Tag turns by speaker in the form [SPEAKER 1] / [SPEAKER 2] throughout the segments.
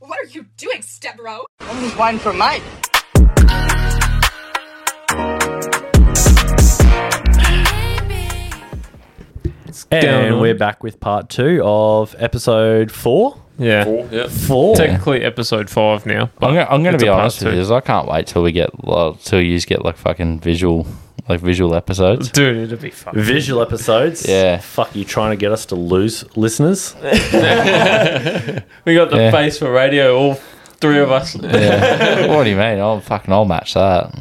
[SPEAKER 1] What are you doing, Stebro?
[SPEAKER 2] Only one for Mike.
[SPEAKER 3] going
[SPEAKER 4] And
[SPEAKER 3] on?
[SPEAKER 4] we're back with part two of episode four.
[SPEAKER 3] Yeah.
[SPEAKER 5] Yeah.
[SPEAKER 4] Four.
[SPEAKER 3] Technically episode five now. But
[SPEAKER 6] I'm gonna, I'm gonna
[SPEAKER 3] it's
[SPEAKER 6] be
[SPEAKER 3] a part
[SPEAKER 6] honest with
[SPEAKER 3] two.
[SPEAKER 6] you. is I can't wait till we get lo- till you get like fucking visual, like visual episodes.
[SPEAKER 3] Dude, it'll be fun.
[SPEAKER 4] Visual episodes.
[SPEAKER 6] Yeah.
[SPEAKER 4] Fuck, you trying to get us to lose listeners?
[SPEAKER 3] We got the
[SPEAKER 6] Yeah.
[SPEAKER 3] face for radio, all three of us.
[SPEAKER 6] Yeah. what do you mean? I'll fucking I'll match that.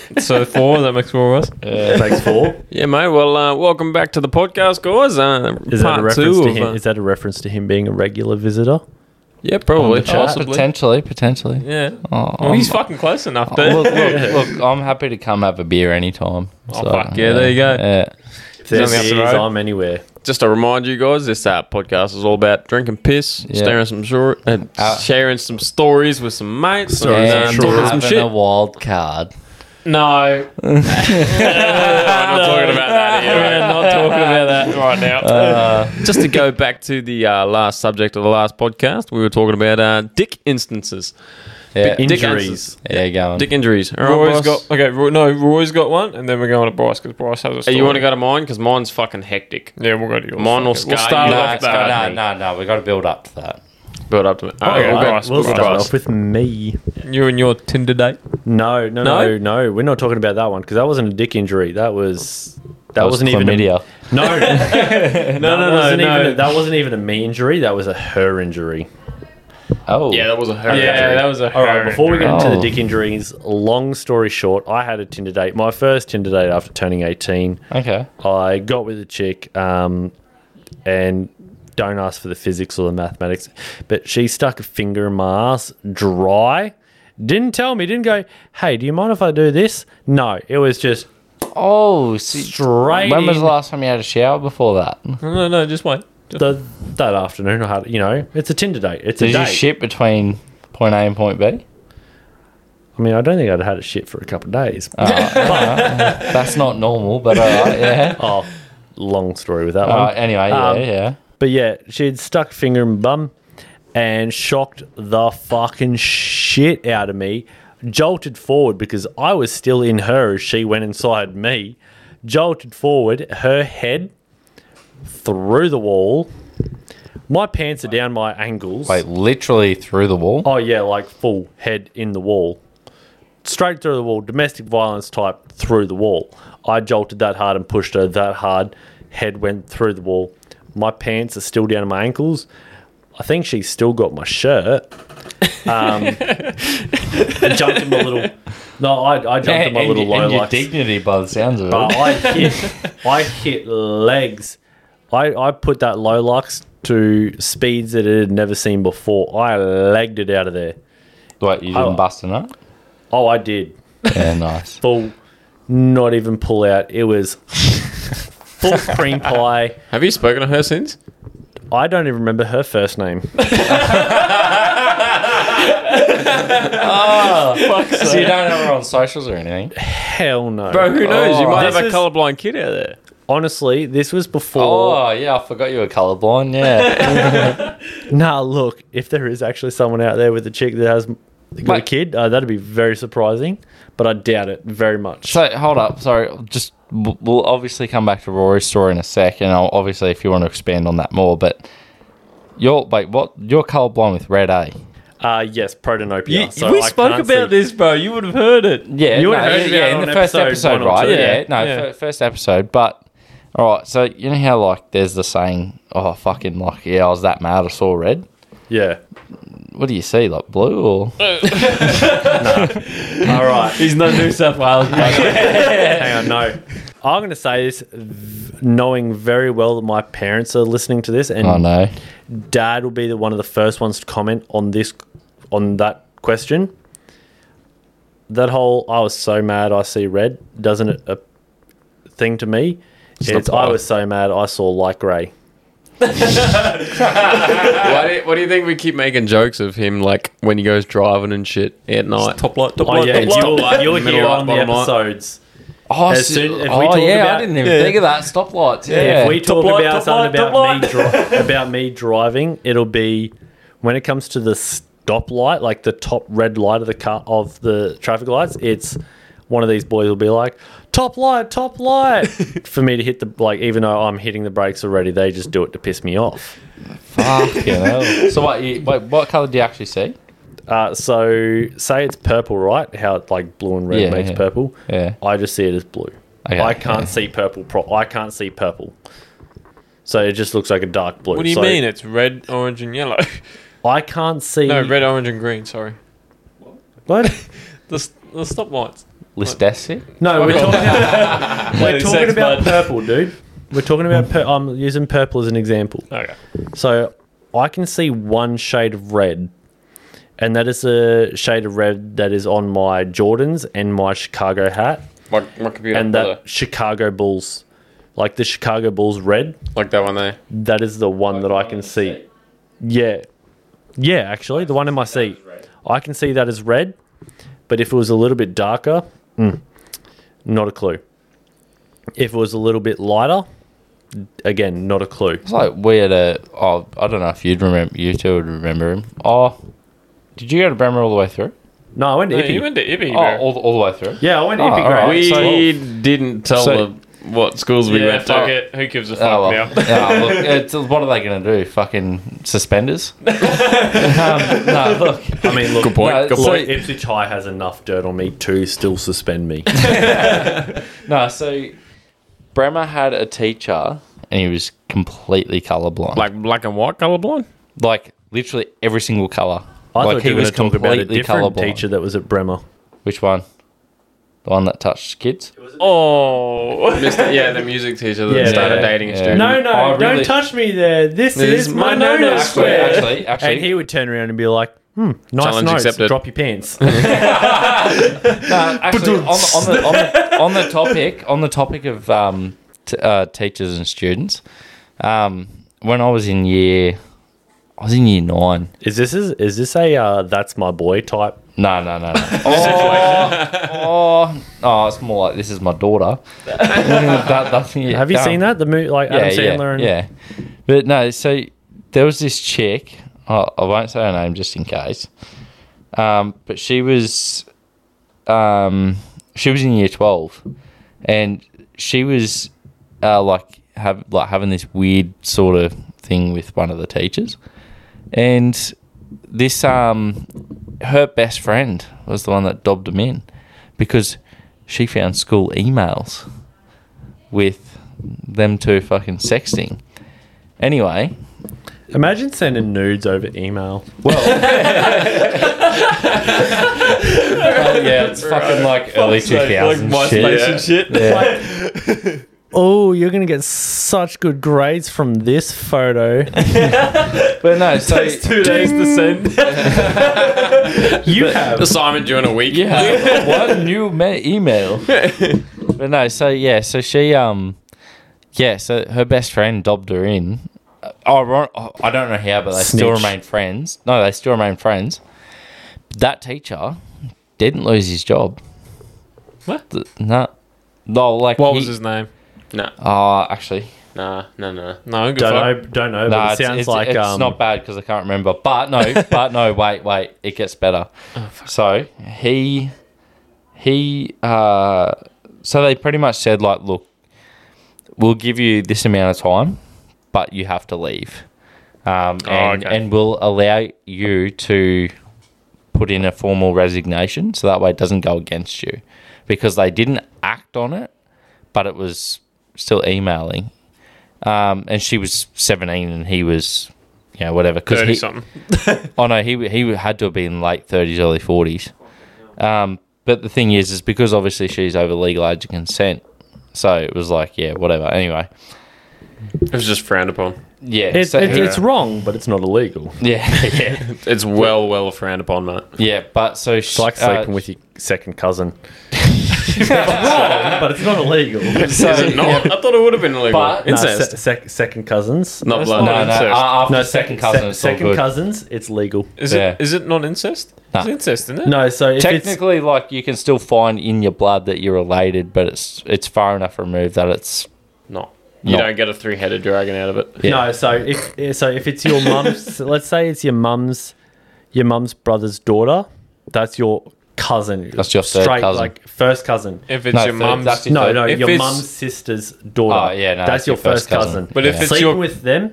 [SPEAKER 3] so four, that makes four of us.
[SPEAKER 4] Thanks, four.
[SPEAKER 3] Yeah, mate. Well, uh, welcome back to the podcast, guys. Uh,
[SPEAKER 4] Is that
[SPEAKER 3] part
[SPEAKER 4] a reference
[SPEAKER 3] two
[SPEAKER 4] to
[SPEAKER 3] of,
[SPEAKER 4] him?
[SPEAKER 3] uh,
[SPEAKER 4] Is that a reference to him being a regular visitor?
[SPEAKER 3] yeah, probably.
[SPEAKER 6] Chat, Oh, potentially, potentially.
[SPEAKER 3] Yeah.
[SPEAKER 6] Oh,
[SPEAKER 3] Well, he's
[SPEAKER 6] I'm-
[SPEAKER 3] fucking close enough, dude.
[SPEAKER 6] look, look, look, I'm happy to come have a beer anytime.
[SPEAKER 3] Oh, fuck yeah, there you go.
[SPEAKER 6] Yeah.
[SPEAKER 4] If there's
[SPEAKER 3] only up the
[SPEAKER 4] these,
[SPEAKER 3] road.
[SPEAKER 4] I'm anywhere.
[SPEAKER 5] Just to remind you guys, this uh, podcast is all about drinking piss,
[SPEAKER 6] Yeah.
[SPEAKER 5] staring some short, and
[SPEAKER 6] Uh,
[SPEAKER 5] sharing some stories with some mates,
[SPEAKER 3] Sorry,
[SPEAKER 5] and,
[SPEAKER 3] no,
[SPEAKER 5] uh,
[SPEAKER 3] I'm
[SPEAKER 6] And
[SPEAKER 3] sure.
[SPEAKER 5] talking some
[SPEAKER 6] having
[SPEAKER 5] shit.
[SPEAKER 6] a wild card.
[SPEAKER 3] no,
[SPEAKER 5] We're not talking about that here.
[SPEAKER 3] we're
[SPEAKER 5] right?
[SPEAKER 3] not talking about that right now.
[SPEAKER 5] Just to go back to the uh, last subject of the last podcast, we were talking about uh, dick instances,
[SPEAKER 6] Yeah,
[SPEAKER 5] Dick
[SPEAKER 4] Injuries.
[SPEAKER 5] instances.
[SPEAKER 6] yeah, going.
[SPEAKER 5] dick injuries. All right,
[SPEAKER 3] Roy's
[SPEAKER 5] boss?
[SPEAKER 3] got okay. Roy, no, Roy's got one, and then we're going to Bryce because Bryce has a
[SPEAKER 5] Hey,
[SPEAKER 3] story.
[SPEAKER 5] you want to go to mine? Because minene's fucking hectic.
[SPEAKER 3] Yeah, we'll go to yours.
[SPEAKER 5] Mine will
[SPEAKER 3] Okay,
[SPEAKER 5] scar
[SPEAKER 3] we'll start
[SPEAKER 5] you.
[SPEAKER 3] off
[SPEAKER 5] Nah,
[SPEAKER 3] with
[SPEAKER 5] it's got-
[SPEAKER 3] that.
[SPEAKER 6] no, no, no. We got to build up to that.
[SPEAKER 5] Build up to it. All right,
[SPEAKER 3] Okay,
[SPEAKER 5] we'll go-
[SPEAKER 3] Bryce,
[SPEAKER 4] We'll
[SPEAKER 3] we'll
[SPEAKER 5] go
[SPEAKER 4] start
[SPEAKER 5] Bryce.
[SPEAKER 4] off with me.
[SPEAKER 3] You and your Tinder date.
[SPEAKER 4] No, no,
[SPEAKER 3] No?
[SPEAKER 4] no, no, We're not talking about that one because that wasn't a dick injury. That was that,
[SPEAKER 6] was
[SPEAKER 4] wasn't even
[SPEAKER 6] chlamydia.
[SPEAKER 4] A, no, no,
[SPEAKER 3] no, no,
[SPEAKER 4] wasn't
[SPEAKER 3] no.
[SPEAKER 4] Even a, that wasn't even a me injury. That was a her injury.
[SPEAKER 6] Oh,
[SPEAKER 5] Yeah, that was a her.
[SPEAKER 3] Yeah, that was a.
[SPEAKER 4] All right. Before we get into the
[SPEAKER 6] Oh.
[SPEAKER 4] dick injuries, long story short, I had a Tinder date. My first Tinder date after turning eighteen.
[SPEAKER 6] Okay.
[SPEAKER 4] I got with a chick, um, and don't ask for the physics or the mathematics, but she stuck a finger in my ass dry. Didn't tell me, didn't go, hey, do you mind if I do this? No, it was just
[SPEAKER 6] Oh, see,
[SPEAKER 4] Straight
[SPEAKER 6] When was
[SPEAKER 4] in.
[SPEAKER 6] the last time you had a shower? Before that,
[SPEAKER 3] No, no, no. Just wait.
[SPEAKER 4] the, that afternoon. I had, you know, it's a Tinder date. It's a
[SPEAKER 6] did you
[SPEAKER 4] date.
[SPEAKER 6] shit between point A and point B?
[SPEAKER 4] I mean, I don't think I'd had a shit for a couple of days.
[SPEAKER 6] Ah. That's not normal, but alright, yeah.
[SPEAKER 4] oh, long story with that one.
[SPEAKER 6] Alright, anyway, yeah,
[SPEAKER 4] Um,
[SPEAKER 6] yeah.
[SPEAKER 4] But yeah, she'd stuck finger in bum and shocked the fucking shit out of me. Jolted forward because I was still in her as she went inside me. Jolted forward, her head through the wall. My pants are down my ankles.
[SPEAKER 6] Wait, literally through the wall.
[SPEAKER 4] Oh yeah, like full head in the wall. Straight through the wall, domestic violence type through the wall. I jolted that hard and pushed her that hard. Head went through the wall. My pants are still down to my ankles. I think she's still got my shirt. Um, I jumped in my little. No, I, I jumped in my little Oh. low
[SPEAKER 6] and your
[SPEAKER 4] lights.
[SPEAKER 6] dignity by the sounds of it.
[SPEAKER 4] But I hit, I hit legs. I, I put that low lux to speeds that it had never seen before. I legged it out of there.
[SPEAKER 6] Wait, you
[SPEAKER 4] Oh.
[SPEAKER 6] didn't bust a nut?
[SPEAKER 4] Oh, I did.
[SPEAKER 6] Yeah, nice.
[SPEAKER 4] Full, not even pull out. It was full cream pie.
[SPEAKER 5] Have you spoken to her since?
[SPEAKER 4] I don't even remember her first name.
[SPEAKER 3] Oh,
[SPEAKER 6] so you don't have her on socials or anything?
[SPEAKER 4] Hell no.
[SPEAKER 5] Bro, who knows? you might
[SPEAKER 4] This
[SPEAKER 5] have a
[SPEAKER 4] is-
[SPEAKER 5] colorblind kid out there.
[SPEAKER 4] Honestly, this was before.
[SPEAKER 6] Oh, yeah, I forgot you were colourblind, yeah.
[SPEAKER 4] Nah, look, if there is actually someone out there with a chick that has got a
[SPEAKER 6] Mate.
[SPEAKER 4] kid, uh, that'd be very surprising. But I doubt it very much.
[SPEAKER 6] so, hold up, sorry, just, w- we'll obviously come back to Rory's story in a sec, and I'll, obviously if you want to expand on that more, but you're, wait, what, you're colourblind with red A?
[SPEAKER 4] Uh, yes, protanopia. so
[SPEAKER 3] we
[SPEAKER 4] I
[SPEAKER 3] spoke
[SPEAKER 4] can't
[SPEAKER 3] about
[SPEAKER 4] see-
[SPEAKER 3] this, bro. You would have heard it.
[SPEAKER 6] Yeah,
[SPEAKER 4] You
[SPEAKER 6] no,
[SPEAKER 4] would've heard
[SPEAKER 6] yeah,
[SPEAKER 4] about
[SPEAKER 6] yeah,
[SPEAKER 4] it
[SPEAKER 6] in
[SPEAKER 4] on
[SPEAKER 6] the first
[SPEAKER 4] episode
[SPEAKER 6] episode,
[SPEAKER 4] one or
[SPEAKER 6] right?
[SPEAKER 4] two.
[SPEAKER 6] Yeah,
[SPEAKER 3] Yeah,
[SPEAKER 6] no,
[SPEAKER 3] yeah.
[SPEAKER 6] fir- first episode. But all right, so you know how like there's the saying, "Oh fucking like yeah, I was that mad, I saw red."
[SPEAKER 4] Yeah.
[SPEAKER 6] What do you see, like blue or?
[SPEAKER 4] All right.
[SPEAKER 3] He's no New South Wales.
[SPEAKER 4] Hang on. No. I'm going to say this v- knowing very well that my parents are listening to this and
[SPEAKER 6] Oh no,
[SPEAKER 4] dad will be the one of the first ones to comment on this on that question. That whole I was so mad I see red doesn't it a thing to me.
[SPEAKER 6] not
[SPEAKER 4] It's I
[SPEAKER 6] polite.
[SPEAKER 4] was so mad I saw light grey.
[SPEAKER 5] Why do, you, what do you think we keep making jokes of him, like when he goes driving and shit at night?
[SPEAKER 3] top light, top
[SPEAKER 4] Oh
[SPEAKER 3] light,
[SPEAKER 4] yeah,
[SPEAKER 3] top light.
[SPEAKER 4] you'll, you'll
[SPEAKER 5] middle
[SPEAKER 4] hear
[SPEAKER 5] light,
[SPEAKER 4] on the
[SPEAKER 5] bottom light.
[SPEAKER 4] episodes.
[SPEAKER 6] oh,
[SPEAKER 4] As
[SPEAKER 6] so-
[SPEAKER 4] soon- if we
[SPEAKER 6] oh,
[SPEAKER 4] talk
[SPEAKER 6] yeah,
[SPEAKER 4] about-
[SPEAKER 6] I didn't even
[SPEAKER 3] Yeah.
[SPEAKER 6] think of that. Stoplights, yeah.
[SPEAKER 4] If we talk
[SPEAKER 3] light,
[SPEAKER 4] about
[SPEAKER 3] top light,
[SPEAKER 4] something about me,
[SPEAKER 3] top
[SPEAKER 4] dri- about me driving, it'll be when it comes to the s- stop light, like the top red light of the car of the traffic lights, it's one of these boys will be like, "Top light, top light," for me to hit the like, even though I'm hitting the brakes already, they just do it to piss me off.
[SPEAKER 6] Fucking hell. So what? You, wait, what color do you actually see?
[SPEAKER 4] Uh, so say it's purple, right? How it, like blue and red
[SPEAKER 6] Yeah,
[SPEAKER 4] makes
[SPEAKER 6] yeah.
[SPEAKER 4] purple.
[SPEAKER 6] Yeah.
[SPEAKER 4] I just see it as blue.
[SPEAKER 6] Okay,
[SPEAKER 4] I can't
[SPEAKER 6] yeah.
[SPEAKER 4] see purple. Pro- I can't see purple. So it just looks like a dark blue.
[SPEAKER 3] What do you
[SPEAKER 4] So
[SPEAKER 3] mean? It's red, orange, and yellow.
[SPEAKER 4] I can't see.
[SPEAKER 3] no, red, orange, and green. Sorry.
[SPEAKER 4] What?
[SPEAKER 3] The, s- the stop lights.
[SPEAKER 6] Listesi.
[SPEAKER 3] Oh
[SPEAKER 4] No, we're talking about, we're
[SPEAKER 5] Sex
[SPEAKER 4] talking about
[SPEAKER 5] bud.
[SPEAKER 4] purple, dude. We're talking about. Pur- I'm using purple as an example.
[SPEAKER 3] Okay.
[SPEAKER 4] So I can see one shade of red, and that is a shade of red that is on my Jordans and my Chicago hat,
[SPEAKER 5] My, my computer.
[SPEAKER 4] and that Chicago Bulls, like the Chicago Bulls red.
[SPEAKER 5] like that one there.
[SPEAKER 4] That is the one that I can see. Yeah. Yeah, actually, the one in my seat. I can see that as red, but if it was a little bit darker, mm, not a clue. If it was a little bit lighter, again, not a clue.
[SPEAKER 6] It's like we had a. Oh, I don't know if you'd remember. You two would remember him. Oh, did you go to Bremer all the way through?
[SPEAKER 4] No, I went to
[SPEAKER 3] No,
[SPEAKER 4] Ippy.
[SPEAKER 3] you went to Ibby,
[SPEAKER 6] Oh,
[SPEAKER 3] bro.
[SPEAKER 6] all, all the way through.
[SPEAKER 4] yeah, I went to
[SPEAKER 6] Oh,
[SPEAKER 4] Ippy
[SPEAKER 6] all
[SPEAKER 4] Grey.
[SPEAKER 6] right.
[SPEAKER 5] We
[SPEAKER 6] so-
[SPEAKER 5] didn't tell
[SPEAKER 6] so-
[SPEAKER 5] them what schools we
[SPEAKER 3] yeah,
[SPEAKER 5] went
[SPEAKER 3] fuck
[SPEAKER 5] to.
[SPEAKER 3] it. Who gives a fuck
[SPEAKER 6] Oh, well.
[SPEAKER 3] now?
[SPEAKER 6] Yeah, look, it's, what are they going to do? Fucking suspenders? um, no, look.
[SPEAKER 4] I mean, look,
[SPEAKER 5] Good point.
[SPEAKER 6] No,
[SPEAKER 5] good
[SPEAKER 6] so-
[SPEAKER 4] So
[SPEAKER 5] point.
[SPEAKER 4] Ipswich High has enough dirt on me to still suspend me.
[SPEAKER 6] No, so Bremer had a teacher and he was completely colorblind. Like,
[SPEAKER 5] Like black and white colorblind.
[SPEAKER 6] like literally every single color.
[SPEAKER 4] I
[SPEAKER 6] like
[SPEAKER 4] thought you were going to talk about a different teacher that was at Bremer.
[SPEAKER 6] Which one? The one that touched kids?
[SPEAKER 3] Oh.
[SPEAKER 5] Mr. Yeah, the music teacher that
[SPEAKER 4] Yeah,
[SPEAKER 5] started
[SPEAKER 6] yeah,
[SPEAKER 5] dating a
[SPEAKER 6] yeah.
[SPEAKER 5] student.
[SPEAKER 6] No, no, I don't really-
[SPEAKER 4] touch me there. This
[SPEAKER 5] is is my my no-no no-no square.
[SPEAKER 6] Actually, actually, actually
[SPEAKER 4] And he would turn around and be like, hmm, nice
[SPEAKER 5] Challenge
[SPEAKER 4] notes.
[SPEAKER 5] accepted.
[SPEAKER 4] Drop your pants.
[SPEAKER 6] Uh, actually, on, the, on, the, on, the, on the topic, on the topic of um, t- uh, teachers and students, um, when I was in year, I was in year nine.
[SPEAKER 4] is this is, is this a uh, that's my boy type?
[SPEAKER 6] No, no, no, no. oh, oh, oh, it's more like this is my daughter. That- that's- yeah,
[SPEAKER 4] Have you
[SPEAKER 6] um,
[SPEAKER 4] seen that the movie like Adam Sandler and
[SPEAKER 6] yeah, yeah. But no, so there was this chick. I I won't say her name just in case. Um, but she was, um, she was in year twelve, and she was, uh, like have like having this weird sort of thing with one of the teachers, and this um, her best friend was the one that dobbed him in, because she found school emails with them two fucking sexting. Anyway,
[SPEAKER 4] Imagine sending nudes over email.
[SPEAKER 6] yeah, it's fucking like early two thousands
[SPEAKER 5] shit.
[SPEAKER 4] Oh, you're gonna get such good grades from this photo.
[SPEAKER 6] But no, so
[SPEAKER 5] Two days to send.
[SPEAKER 4] You have
[SPEAKER 5] Assignment during a week.
[SPEAKER 6] yeah, what new ma- email? but no, so yeah, so she um, yeah, so her best friend dobbed her in. Uh, Oh, Ron- oh, I don't know how, but they still
[SPEAKER 4] Snitch.
[SPEAKER 6] remain friends. No, they still remain friends. That teacher didn't lose his job.
[SPEAKER 5] What?
[SPEAKER 6] Th- No, no, like
[SPEAKER 3] What
[SPEAKER 6] he-
[SPEAKER 3] was his name?
[SPEAKER 5] Nah,
[SPEAKER 6] Oh, actually,
[SPEAKER 5] nah, nah, nah.
[SPEAKER 3] No, good
[SPEAKER 4] don't know,
[SPEAKER 3] fuck.
[SPEAKER 4] don't know, but
[SPEAKER 6] No,
[SPEAKER 4] it sounds like
[SPEAKER 6] it's
[SPEAKER 4] um,
[SPEAKER 6] not bad because I can't remember. But no, but no, wait, wait, it gets better.
[SPEAKER 4] Oh,
[SPEAKER 6] so he, he, uh, so they pretty much said like, look, we'll give you this amount of time, but you have to leave, um,
[SPEAKER 4] Oh,
[SPEAKER 6] and,
[SPEAKER 5] okay.
[SPEAKER 6] and we'll allow you to put in a formal resignation, so that way it doesn't go against you, because they didn't act on it, but it was still emailing. Um, and she was 17 and he was, you know, whatever. 'cause
[SPEAKER 3] 30
[SPEAKER 6] he-
[SPEAKER 3] something.
[SPEAKER 6] Oh no, he he had to have been late thirties, early forties. Um, but the thing is, is because obviously she's over legal age of consent, so it was like, yeah, whatever. Anyway,
[SPEAKER 5] It was just frowned upon.
[SPEAKER 6] yeah,
[SPEAKER 4] it's,
[SPEAKER 6] so
[SPEAKER 4] it's,
[SPEAKER 6] he-
[SPEAKER 4] it's wrong, but it's not illegal.
[SPEAKER 6] yeah, yeah,
[SPEAKER 5] It's well, well frowned upon, mate.
[SPEAKER 6] yeah. But so uh,
[SPEAKER 4] It's like sleeping with your second cousin. wrong, but it's not illegal.
[SPEAKER 6] So,
[SPEAKER 5] Is it not?
[SPEAKER 6] yeah,
[SPEAKER 5] I thought it would have been illegal.
[SPEAKER 6] But-
[SPEAKER 4] No,
[SPEAKER 5] incest.
[SPEAKER 4] se- sec- second cousins.
[SPEAKER 5] not blood.
[SPEAKER 6] no, no.
[SPEAKER 5] incest.
[SPEAKER 6] a- After
[SPEAKER 4] No,
[SPEAKER 6] second cousin,
[SPEAKER 4] sec-
[SPEAKER 6] it's all
[SPEAKER 4] second
[SPEAKER 6] good.
[SPEAKER 4] cousins, it's legal.
[SPEAKER 3] Is
[SPEAKER 6] Yeah.
[SPEAKER 3] it is it not incest?
[SPEAKER 6] Nah.
[SPEAKER 3] It's incest, isn't it?
[SPEAKER 4] No, so if it's
[SPEAKER 6] Technically, like you can still find in your blood that you're related, but it's it's far enough removed that it's
[SPEAKER 5] No. You
[SPEAKER 6] No.
[SPEAKER 5] don't get a three-headed dragon out of it.
[SPEAKER 6] Yeah.
[SPEAKER 4] No, so if so if it's your mum's, let's say it's your mum's, your mum's brother's daughter, that's your cousin.
[SPEAKER 6] That's your third cousin.
[SPEAKER 4] like first cousin.
[SPEAKER 3] If it's
[SPEAKER 6] No,
[SPEAKER 3] your
[SPEAKER 6] third-
[SPEAKER 3] mum's,
[SPEAKER 6] that's your
[SPEAKER 4] No,
[SPEAKER 6] third-
[SPEAKER 4] no,
[SPEAKER 3] If
[SPEAKER 4] your
[SPEAKER 3] it's-
[SPEAKER 4] mum's sister's daughter.
[SPEAKER 6] Oh, yeah, no,
[SPEAKER 4] Ah, that's your first cousin.
[SPEAKER 6] But if
[SPEAKER 3] Yeah. it's
[SPEAKER 4] sleeping
[SPEAKER 3] your-
[SPEAKER 4] with them,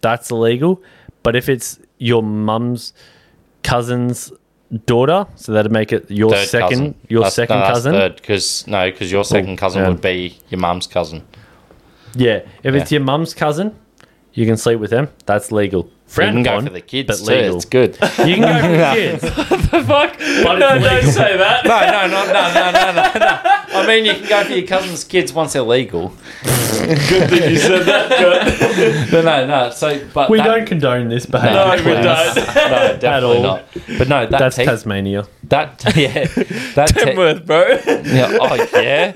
[SPEAKER 4] that's illegal. But if it's your mum's cousin's daughter, so that'd make it your
[SPEAKER 6] Third
[SPEAKER 4] second,
[SPEAKER 6] cousin.
[SPEAKER 4] your
[SPEAKER 6] That's- no,
[SPEAKER 4] second
[SPEAKER 6] that's
[SPEAKER 4] cousin.
[SPEAKER 6] Third, because no, because your second cousin
[SPEAKER 4] yeah.
[SPEAKER 6] would be your mum's cousin.
[SPEAKER 4] Yeah, if it's your mum's cousin, you can sleep with them. That's legal.
[SPEAKER 6] You can
[SPEAKER 4] Frowned
[SPEAKER 6] go
[SPEAKER 4] upon,
[SPEAKER 6] for the kids
[SPEAKER 4] but
[SPEAKER 6] too.
[SPEAKER 4] legal.
[SPEAKER 6] It's good.
[SPEAKER 4] You can go for the kids.
[SPEAKER 5] Fuck.
[SPEAKER 4] But
[SPEAKER 5] no,
[SPEAKER 4] it's
[SPEAKER 5] don't
[SPEAKER 4] legal.
[SPEAKER 5] say that.
[SPEAKER 6] no, no, no, no, no, no, no, no. I mean, you can go for your cousin's kids once they're legal.
[SPEAKER 5] Good thing you said that.
[SPEAKER 6] No, no, no. So, but
[SPEAKER 4] We
[SPEAKER 6] that-
[SPEAKER 4] don't condone this behaviour.
[SPEAKER 6] No,
[SPEAKER 5] we
[SPEAKER 6] please.
[SPEAKER 5] don't.
[SPEAKER 6] No, definitely
[SPEAKER 4] all.
[SPEAKER 6] not. But no, that
[SPEAKER 4] That's
[SPEAKER 6] te-
[SPEAKER 4] Tasmania.
[SPEAKER 6] that yeah, that te-
[SPEAKER 5] Kenworth, bro.
[SPEAKER 6] yeah, oh yeah,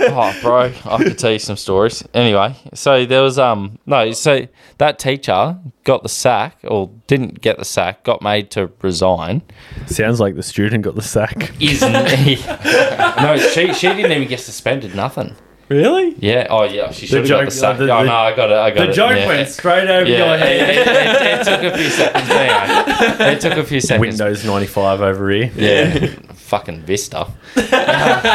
[SPEAKER 6] oh bro, I could tell you some stories. Anyway, so there was um no, so that teacher got the sack or didn't get the sack, got made to resign.
[SPEAKER 4] Sounds like the student got the sack.
[SPEAKER 6] Isn't he? no, she she didn't even get suspended. Nothing.
[SPEAKER 4] Really?
[SPEAKER 6] Yeah. Oh yeah, she should have
[SPEAKER 4] joke-
[SPEAKER 6] got the sack.
[SPEAKER 4] the-
[SPEAKER 6] oh
[SPEAKER 4] the-
[SPEAKER 6] no, I got it. I got
[SPEAKER 4] The
[SPEAKER 6] it.
[SPEAKER 4] joke
[SPEAKER 6] yeah.
[SPEAKER 4] went straight over your
[SPEAKER 6] Yeah,
[SPEAKER 4] head.
[SPEAKER 6] it, it, it- it took a few seconds. Hang on. It took a few seconds.
[SPEAKER 4] Windows 95 over here.
[SPEAKER 6] Yeah. Fucking Vista.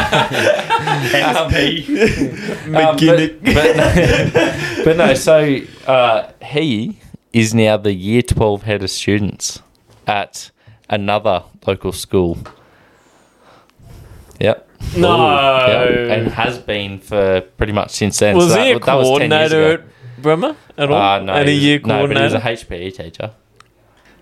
[SPEAKER 4] SP.
[SPEAKER 6] Um, but, but, no, but no, so uh, he is now the year 12 head of students at another local school. Yep.
[SPEAKER 3] no.
[SPEAKER 6] Yep. And has been for pretty much since then.
[SPEAKER 5] Was
[SPEAKER 6] So
[SPEAKER 5] he a
[SPEAKER 6] that was 10 years
[SPEAKER 5] coordinator
[SPEAKER 6] ago.
[SPEAKER 5] at Bremer at all?
[SPEAKER 6] Uh, no,
[SPEAKER 5] and a
[SPEAKER 6] he was-
[SPEAKER 5] year
[SPEAKER 6] no, but he was
[SPEAKER 5] coordinator?
[SPEAKER 6] a HPE teacher.